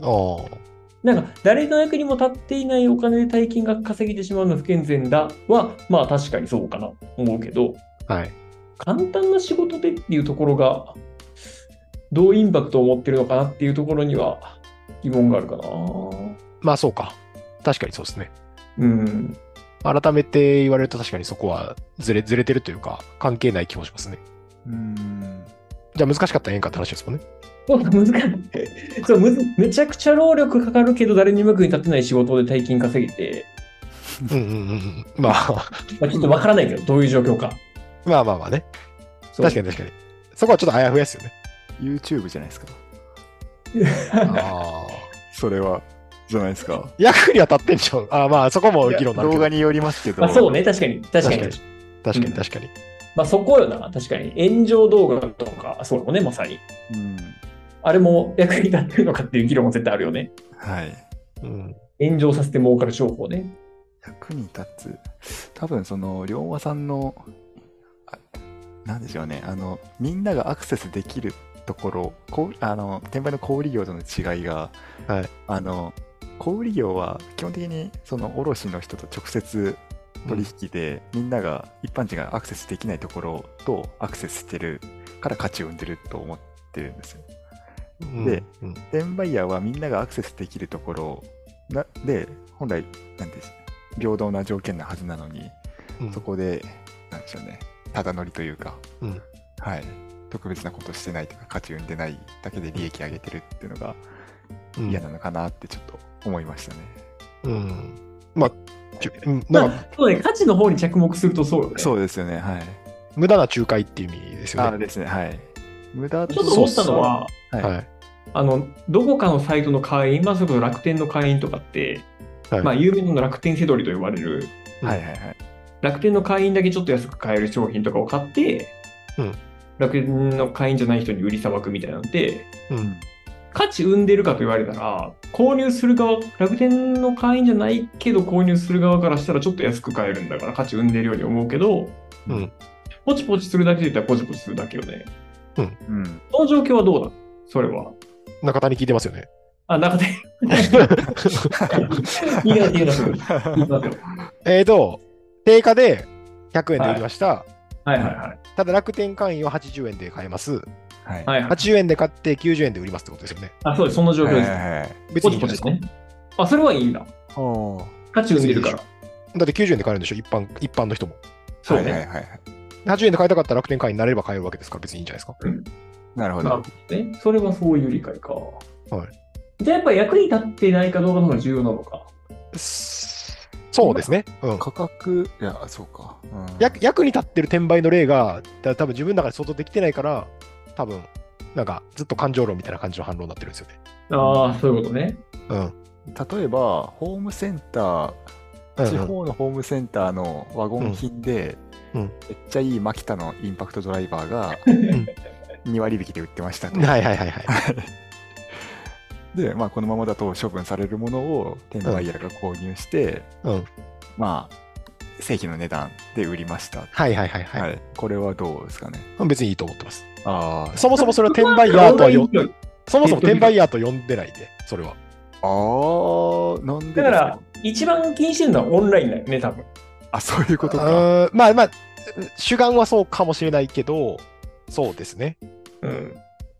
[SPEAKER 3] おー
[SPEAKER 1] なんか誰の役にも立っていないお金で大金が稼げてしまうのは不健全だはまあ確かにそうかなと思うけど
[SPEAKER 3] はい。
[SPEAKER 1] 簡単な仕事でっていうところがどうインパクトを持ってるのかなっていうところには疑問があるかな
[SPEAKER 3] まあそうか。確かにそうですね。
[SPEAKER 1] うん
[SPEAKER 3] 改めて言われると確かにそこはずれずれてるというか、関係ない気もしますね。
[SPEAKER 2] うん。
[SPEAKER 3] じゃあ難しかったらええんかって話ですもんね。
[SPEAKER 1] そう難しい そうむずめちゃくちゃ労力かかるけど誰にも役に立てない仕事で大金稼げて、
[SPEAKER 3] うんうんうんうん。まあ、
[SPEAKER 1] まあ、ちょっとわからないけどどういう状況か
[SPEAKER 3] まあまあまあね。
[SPEAKER 1] そう
[SPEAKER 3] 確かに確かに。そこはちょっとあやふやですよね。
[SPEAKER 2] YouTube じゃないですか。
[SPEAKER 3] ああ。
[SPEAKER 2] それは。じゃないですか。
[SPEAKER 3] 役には立ってんじゃん。あーまあ、そこも議論になる
[SPEAKER 2] 動
[SPEAKER 3] けど
[SPEAKER 2] 画。によりますけど。
[SPEAKER 1] まあそうね確かに確かに
[SPEAKER 3] 確かに
[SPEAKER 1] う
[SPEAKER 3] 確かに
[SPEAKER 1] ん
[SPEAKER 3] 確かに。
[SPEAKER 1] まあそこよな確かに炎上動画とかそうよねまさに
[SPEAKER 2] うん。
[SPEAKER 1] あれも役に立ってるのかっていう議論も絶対あるよね。
[SPEAKER 2] はい。
[SPEAKER 3] うん。
[SPEAKER 1] 炎上させて儲かる商法ね。
[SPEAKER 2] 役に立つ。多分その、龍馬さんの、あなんでしょうね。あの、みんながアクセスできるところ、小売あの、転売の小売業との違いが、
[SPEAKER 3] はい。
[SPEAKER 2] あの、小売業は基本的にその卸の人と直接取引で、みんなが一般人がアクセスできないところとアクセスしてるから価値を生んでると思ってるんですよ。
[SPEAKER 3] うん
[SPEAKER 2] で、
[SPEAKER 3] うん
[SPEAKER 2] 転売ヤーはみんながアクセスできるところなで本来なんです平等な条件なはずなのに、
[SPEAKER 3] うん
[SPEAKER 2] そこでなんでしょうねただ乗りというか、
[SPEAKER 3] うん
[SPEAKER 2] はい特別なことしてないというか価値を生んでないだけで利益上げてるっていうのが
[SPEAKER 3] うん
[SPEAKER 2] 嫌なのかなってちょっと思いましたね。
[SPEAKER 3] うん。まあ、ちゅうん
[SPEAKER 1] ま
[SPEAKER 3] なんか
[SPEAKER 1] あ、そうね、価値の方に着目するとそうよね。
[SPEAKER 2] そうですよね、はい。
[SPEAKER 3] 無駄な仲介っていう意味ですよ
[SPEAKER 2] あ
[SPEAKER 3] ね。
[SPEAKER 2] ですね、はい。無駄
[SPEAKER 1] ちょっと思ったのは、
[SPEAKER 2] そうそう、はい
[SPEAKER 3] はい。
[SPEAKER 1] あの、どこかのサイトの会員、まあ、それこそ楽天の会員とかって、
[SPEAKER 3] はい
[SPEAKER 1] まあ、有名なの楽天せどりと呼ばれる、
[SPEAKER 2] はいはいはい。
[SPEAKER 1] 楽天の会員だけちょっと安く買える商品とかを買って、
[SPEAKER 3] うん
[SPEAKER 1] 楽天の会員じゃない人に売りさばくみたいなんで、
[SPEAKER 3] うん。
[SPEAKER 1] 価値生んでるかと言われたら、購入する側、楽天の会員じゃないけど購入する側からしたらちょっと安く買えるんだから価値生んでるように思うけど、
[SPEAKER 3] うん
[SPEAKER 1] ポチポチするだけで言ったらポチポチするだけよね。
[SPEAKER 2] うん。
[SPEAKER 1] その状況はどうだそれは。
[SPEAKER 3] 中田に聞いてますよね。
[SPEAKER 1] あ、 中で。いいな、いいな、すぐ。言いますよ
[SPEAKER 3] えーと、定価で100円で売りました。
[SPEAKER 1] はいはいはい。
[SPEAKER 3] ただ楽天会員を80円で買えます。
[SPEAKER 2] はい。
[SPEAKER 1] はい はい、
[SPEAKER 3] 80円で買って90円で売りますってことですよね。
[SPEAKER 1] あ、そうです。そんな状況です。
[SPEAKER 2] はいはいはい
[SPEAKER 3] 別
[SPEAKER 1] ポ
[SPEAKER 3] にい
[SPEAKER 1] チ
[SPEAKER 3] いじ
[SPEAKER 1] ポ
[SPEAKER 3] ゃな
[SPEAKER 1] チ
[SPEAKER 3] い
[SPEAKER 1] で
[SPEAKER 3] で
[SPEAKER 1] すすね。
[SPEAKER 3] か。
[SPEAKER 1] あ、それはいいんだ。
[SPEAKER 2] おー
[SPEAKER 1] 価値生んでるから。
[SPEAKER 3] だって90円で買えるんでしょ一般、一般の人も。
[SPEAKER 1] そう
[SPEAKER 2] はいはい
[SPEAKER 1] ね。
[SPEAKER 2] はいはい。
[SPEAKER 3] 80円で買いたかったら楽天会員になれれば買えるわけですから別にいいんじゃないですか。
[SPEAKER 2] なるほ
[SPEAKER 1] なる
[SPEAKER 2] ど
[SPEAKER 1] ほ。どね。それはそういう理解か。
[SPEAKER 3] は
[SPEAKER 1] じゃあやっぱ役に立ってないかどうかの方が重要なのか。
[SPEAKER 3] そうですね。うん。
[SPEAKER 2] 価格、いや、そうか。うん
[SPEAKER 3] 役役に立ってる転売の例がだ多分自分の中で想像できてないから多分なんかずっと感情論みたいな感じの反論になってるんですよね。
[SPEAKER 1] ああ、そういうことね。
[SPEAKER 3] うん
[SPEAKER 2] 例えば、ホームセンター、
[SPEAKER 3] うん
[SPEAKER 2] 地方のホームセンターのワゴン品で、
[SPEAKER 3] うん
[SPEAKER 2] め
[SPEAKER 3] う
[SPEAKER 2] っ
[SPEAKER 3] ん
[SPEAKER 2] ちゃいいマキタのインパクトドライバーが
[SPEAKER 3] ん
[SPEAKER 2] 2割引きで売ってましたと
[SPEAKER 3] うん。はいはいはいはい。
[SPEAKER 2] で、まあ、このままだと処分されるものを転売屋が購入して、
[SPEAKER 3] うん
[SPEAKER 2] まあ、正規の値段で売りました。
[SPEAKER 3] はいはいはいはい。
[SPEAKER 2] はいこれはどうですかね。
[SPEAKER 3] 別にいいと思ってます。
[SPEAKER 2] あ
[SPEAKER 3] そもそもそれは転売ヤーとは よ
[SPEAKER 1] だ
[SPEAKER 3] そもそも転売ヤーと呼んでないで、それは。
[SPEAKER 2] あー、なんでです
[SPEAKER 1] から、一番気にしてるのはオンラインだよね、多分。
[SPEAKER 2] あ、そういうことか。
[SPEAKER 3] うんまあまあ、主眼はそうかもしれないけど、そうですね。
[SPEAKER 1] うん。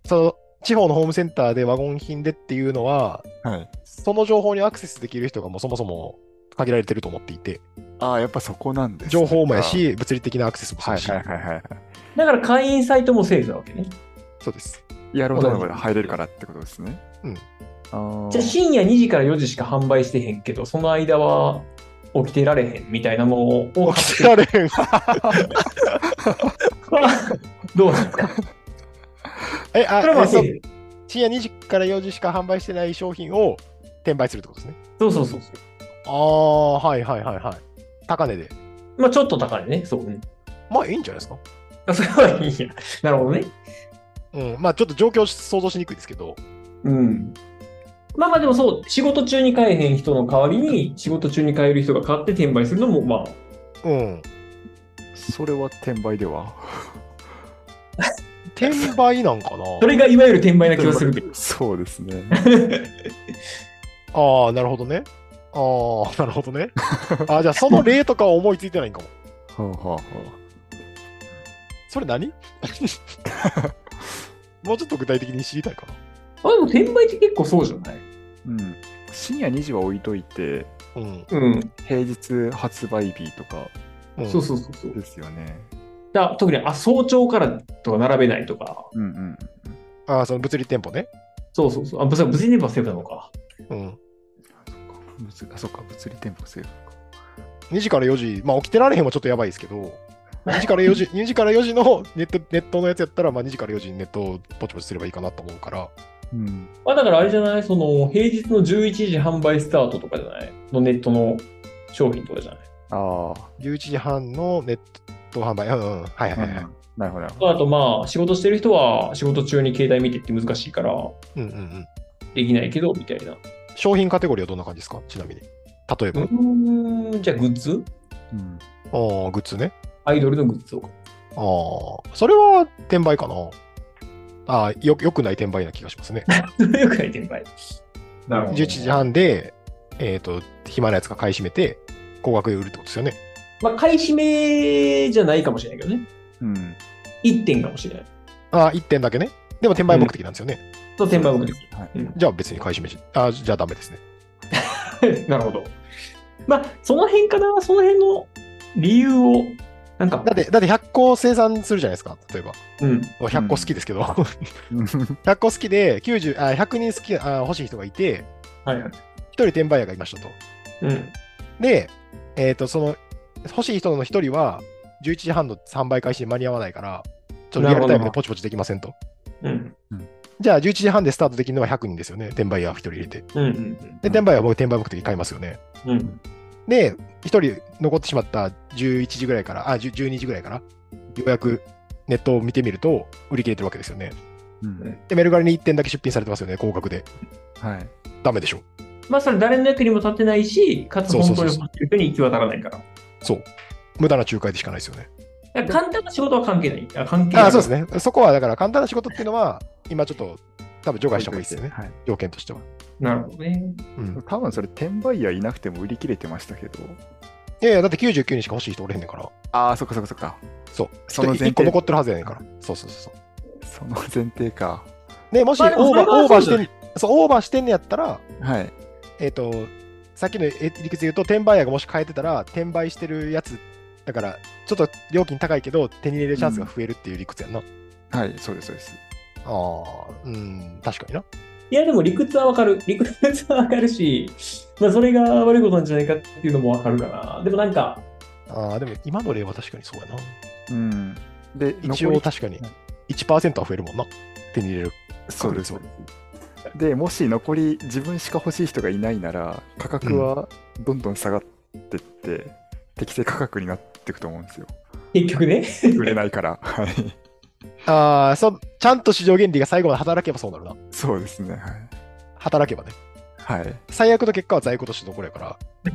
[SPEAKER 3] その地方のホームセンターでワゴン品でっていうのは、
[SPEAKER 2] はい、
[SPEAKER 3] その情報にアクセスできる人がもうそもそも限られてると思っていて、
[SPEAKER 2] あー、やっぱそこなんですね
[SPEAKER 3] 情報もや、し、物理的なアクセスも
[SPEAKER 2] あ
[SPEAKER 3] す
[SPEAKER 2] ー
[SPEAKER 3] るし、
[SPEAKER 2] はいはいはいはい。
[SPEAKER 1] だから会員サイトもセーフなわけね。
[SPEAKER 3] そうです。
[SPEAKER 2] やろうと思えば
[SPEAKER 3] 同じ
[SPEAKER 2] 入れるからってことですね。
[SPEAKER 3] うん
[SPEAKER 2] あー
[SPEAKER 1] じゃあ深夜2時から4時しか販売してへんけど、その間は起きてられへんみたいなのを買
[SPEAKER 3] 起き
[SPEAKER 1] って
[SPEAKER 3] られへん。
[SPEAKER 1] どうなんですか
[SPEAKER 3] え、 あ、
[SPEAKER 1] それはま
[SPEAKER 3] え
[SPEAKER 1] あセ
[SPEAKER 3] そう
[SPEAKER 1] ーフ
[SPEAKER 3] 深夜2時から4時しか販売してない商品を転売するってことですね。
[SPEAKER 1] そうそうそうそ
[SPEAKER 3] ああ、はいはいはいはい。高値で。
[SPEAKER 1] う。まあちょっと高いね。そうね。
[SPEAKER 3] まあいいんじゃないですか。
[SPEAKER 1] あそれはいいや。なるほどね。
[SPEAKER 3] うん、まあちょっと状況想像しにくいですけど、
[SPEAKER 1] うん。まあまあでもそう、仕事中に買えへん人の代わりに、仕事中に買える人が買って転売するのも、まあ、
[SPEAKER 3] うん。
[SPEAKER 2] それは転売では
[SPEAKER 3] 転売なんかな
[SPEAKER 1] それがいわゆる転売な気がするけど。
[SPEAKER 2] そうですね。
[SPEAKER 3] ああ、なるほどね。ああ、なるほどね。ああ、じゃあその例とかは思いついてないんかも。
[SPEAKER 2] はあは
[SPEAKER 3] それ何もうちょっと具体的に知りたいかな。
[SPEAKER 1] あ、でも転売って結構そうじゃない
[SPEAKER 2] あ、うん。深夜2時は置いといて、
[SPEAKER 3] うん。
[SPEAKER 1] うん。
[SPEAKER 2] 平日発売日とか
[SPEAKER 3] うん、
[SPEAKER 1] そうそうそうそう。
[SPEAKER 2] ですよね。
[SPEAKER 1] だ特にあ早朝からとか並べないとか、
[SPEAKER 2] うんうん。
[SPEAKER 3] ああ、その物理店舗ね。
[SPEAKER 1] そうそうそう、あ、別に別にネバーセーフなのか。
[SPEAKER 3] うん。
[SPEAKER 2] そっか、物あそっか物理店舗セーフか。
[SPEAKER 3] 2時から4時、まあ起きてられへんもちょっとやばいですけど、2時から4時、2時から4時 のネットネットのやつやったら、まあ2時から4時にネットをポチポチすればいいかなと思うから、
[SPEAKER 2] うん。
[SPEAKER 1] まあ、だからあれじゃないその平日の11時販売スタートとかじゃないのネットの商品とかじゃない
[SPEAKER 2] ああ。
[SPEAKER 3] 11時半のネット販売、うんうん、はいはいはいはい。
[SPEAKER 2] なるほどなるほど。
[SPEAKER 1] あとまあ仕事してる人は仕事中に携帯見てって難しいから
[SPEAKER 3] うんうんうん。
[SPEAKER 1] できないけどみたいな。
[SPEAKER 3] 商品カテゴリーはどんな感じですかちなみに。例え
[SPEAKER 1] う
[SPEAKER 3] ば、
[SPEAKER 1] ーん、じゃあグッズ
[SPEAKER 2] うん
[SPEAKER 3] ああ、グッズね。
[SPEAKER 1] アイドルのグッズを。
[SPEAKER 3] ああ、それは転売かな。ああ、よよくない転売な気がしますね。
[SPEAKER 1] よく書いてる場合。な
[SPEAKER 3] 11時半で、えっ、と、暇なやつが買い占めて、高額で売るってことですよね。
[SPEAKER 1] まあ買い占めじゃないかもしれないけどね。
[SPEAKER 2] うん。
[SPEAKER 1] 1点かもしれない。
[SPEAKER 3] ああ、1点だけね。でも転売目的なんですよね。
[SPEAKER 1] と転売目的。
[SPEAKER 2] はい。
[SPEAKER 3] じゃあ別に買い占めし、あじゃあダメですね。
[SPEAKER 1] なるほど。まあ、その辺かな、その辺の理由をなんか
[SPEAKER 3] だっ、て、だって100個生産するじゃないですか、例えば。
[SPEAKER 1] うん。
[SPEAKER 3] 100個好きですけど、
[SPEAKER 2] うん
[SPEAKER 3] 100個好きで90あ、100人好きあ欲しい人がいて、
[SPEAKER 1] はいはい。
[SPEAKER 3] 1人転売屋がいましたと。
[SPEAKER 1] うん。
[SPEAKER 3] で、えっ、と、その、欲しい人の1人は、11時半の販売開始に間に合わないから、ちょっとリアルタイムでポチポチできませんと。
[SPEAKER 1] うん。
[SPEAKER 3] じゃあ、11時半でスタートできるのは100人ですよね、転売屋1人入れて。で、
[SPEAKER 1] うん。
[SPEAKER 3] 転売屋は僕、転売目的で買いますよね。
[SPEAKER 1] うん。うん。
[SPEAKER 3] で、1人残ってしまった11時ぐらいから、あ、10 12時ぐらいから、ようやくネットを見てみると、売り切れてるわけですよね。
[SPEAKER 2] うん
[SPEAKER 3] で、メルカリに1点だけ出品されてますよね、高額で。
[SPEAKER 2] はい。
[SPEAKER 3] ダメでしょ。
[SPEAKER 1] まあ、それ誰の役にも立てないし、かつ
[SPEAKER 3] そうそ
[SPEAKER 1] 本
[SPEAKER 3] うそ
[SPEAKER 1] 当
[SPEAKER 3] う
[SPEAKER 1] に欲しい人に行き渡らないから。
[SPEAKER 3] そう。無駄な仲介でしかないですよね。
[SPEAKER 1] いや簡単な仕事は関係ない。あ関係ない。
[SPEAKER 3] あそうですね。そこはだから簡単な仕事っていうのは、今ちょっと多分除外した方がいいですよね。
[SPEAKER 2] はい
[SPEAKER 3] 条件としては。
[SPEAKER 1] なるほどね。
[SPEAKER 3] うん。
[SPEAKER 2] 多分それ、転売屋いなくても売り切れてましたけど。
[SPEAKER 3] いやいや、だって99人しか欲しい人おれへんねんから。
[SPEAKER 2] ああ、そっかそっかそっか。
[SPEAKER 3] そう。
[SPEAKER 2] その前提
[SPEAKER 3] 1個残ってるはずやねんから。そうそうそうそう。
[SPEAKER 2] その前提か。
[SPEAKER 3] で、もしオ
[SPEAKER 1] まあでも
[SPEAKER 3] ー
[SPEAKER 1] そ
[SPEAKER 3] バー、
[SPEAKER 1] れは
[SPEAKER 3] オーバーし
[SPEAKER 1] そう
[SPEAKER 3] て
[SPEAKER 1] だ
[SPEAKER 3] ん、そう、オーバーしてんねやったら、
[SPEAKER 2] はい。
[SPEAKER 3] えっ、と、さっきのえ理屈で言うと、転売屋がもし変えてたら、転売してるやつ、だから、ちょっと料金高いけど、手に入れるチャンスが増えるっていう理屈やんな。
[SPEAKER 2] はい、そうです、そうです。
[SPEAKER 3] ああ、うん、確かにな。
[SPEAKER 1] いや、でも理屈はわかる。理屈はわかるし、まあ、それが悪いことなんじゃないかっていうのもわかるかな。でもなんか、
[SPEAKER 3] ああ、でも今の例は確かにそうやな。
[SPEAKER 2] うん。で、
[SPEAKER 3] 一応確かに1%は増えるもんな。手に入れる。
[SPEAKER 2] そうです。そうですで、もし残り自分しか欲しい人がいないなら、価格はどんどん下がってって、適正価格になっていくと思うん ですよ。
[SPEAKER 1] 結局ね。
[SPEAKER 2] 売れないから。はい。
[SPEAKER 3] ああ、そう、ちゃんと市場原理が最後まで働けばそうなるな。
[SPEAKER 2] そうですね。
[SPEAKER 3] 働けばね。
[SPEAKER 2] はい。はい。
[SPEAKER 3] 最悪の結果は在庫として残るやから。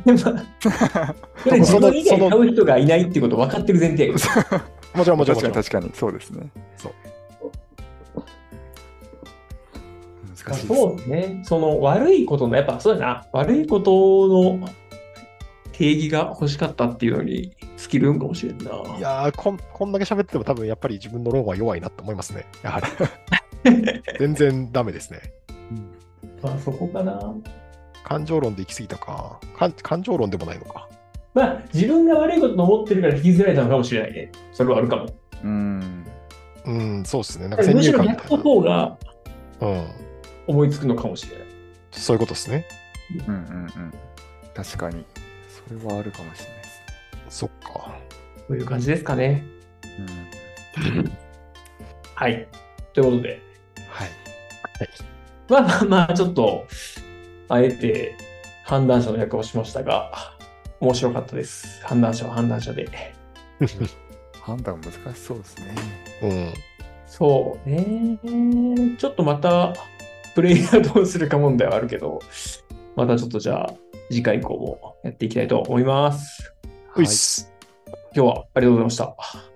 [SPEAKER 1] これ自
[SPEAKER 3] その
[SPEAKER 1] 分以外買う人がいないっていうこと分かってる前提。
[SPEAKER 3] もちろんもち
[SPEAKER 2] 確か
[SPEAKER 3] ろんもち
[SPEAKER 2] に
[SPEAKER 3] ろん。
[SPEAKER 2] 確かに。そうですね。
[SPEAKER 3] そう。
[SPEAKER 2] 難しい
[SPEAKER 1] まあ
[SPEAKER 2] です。
[SPEAKER 1] そうですね。その悪いことの、やっぱそうだな、悪いことの定義が欲しかったっていうのに尽きるんかもしれんな。
[SPEAKER 3] いやーこん、こんだけ喋ってても多分やっぱり自分の論は弱いなと思いますね。やはり。 全然ダメですね。
[SPEAKER 1] まあそこかな。
[SPEAKER 3] 感情論で行き過ぎたか。かん感情論でもないのか。
[SPEAKER 1] まあ自分が悪いことと思ってるから引きずられたのかもしれないね。それはあるかも。
[SPEAKER 2] うん。
[SPEAKER 3] うん、そうですね。なんか先
[SPEAKER 1] むし
[SPEAKER 3] 入
[SPEAKER 1] ろ
[SPEAKER 3] 観み
[SPEAKER 1] 逆
[SPEAKER 3] た
[SPEAKER 1] の
[SPEAKER 3] いな。
[SPEAKER 1] 方が
[SPEAKER 3] うん。
[SPEAKER 1] 思いつくのかもしれない。
[SPEAKER 3] そういうことですね。
[SPEAKER 2] うんうんうん。確かに。それはあるかもしれないです。
[SPEAKER 3] そっか。
[SPEAKER 1] という感じですかね。
[SPEAKER 2] うん。
[SPEAKER 1] はい。ということで、
[SPEAKER 2] はい。
[SPEAKER 1] まあまあまあ、ちょっと、あえて判断者の役をしましたが、面白かったです。判断者は判断者で。
[SPEAKER 2] 判断難しそうですね。
[SPEAKER 3] うん。
[SPEAKER 1] そうね。ちょっとまた、プレイヤーどうするか問題はあるけど、またちょっとじゃあ、次回以降もやっていきたいと思います。
[SPEAKER 3] ういっす。
[SPEAKER 1] 今日はありがとうございました。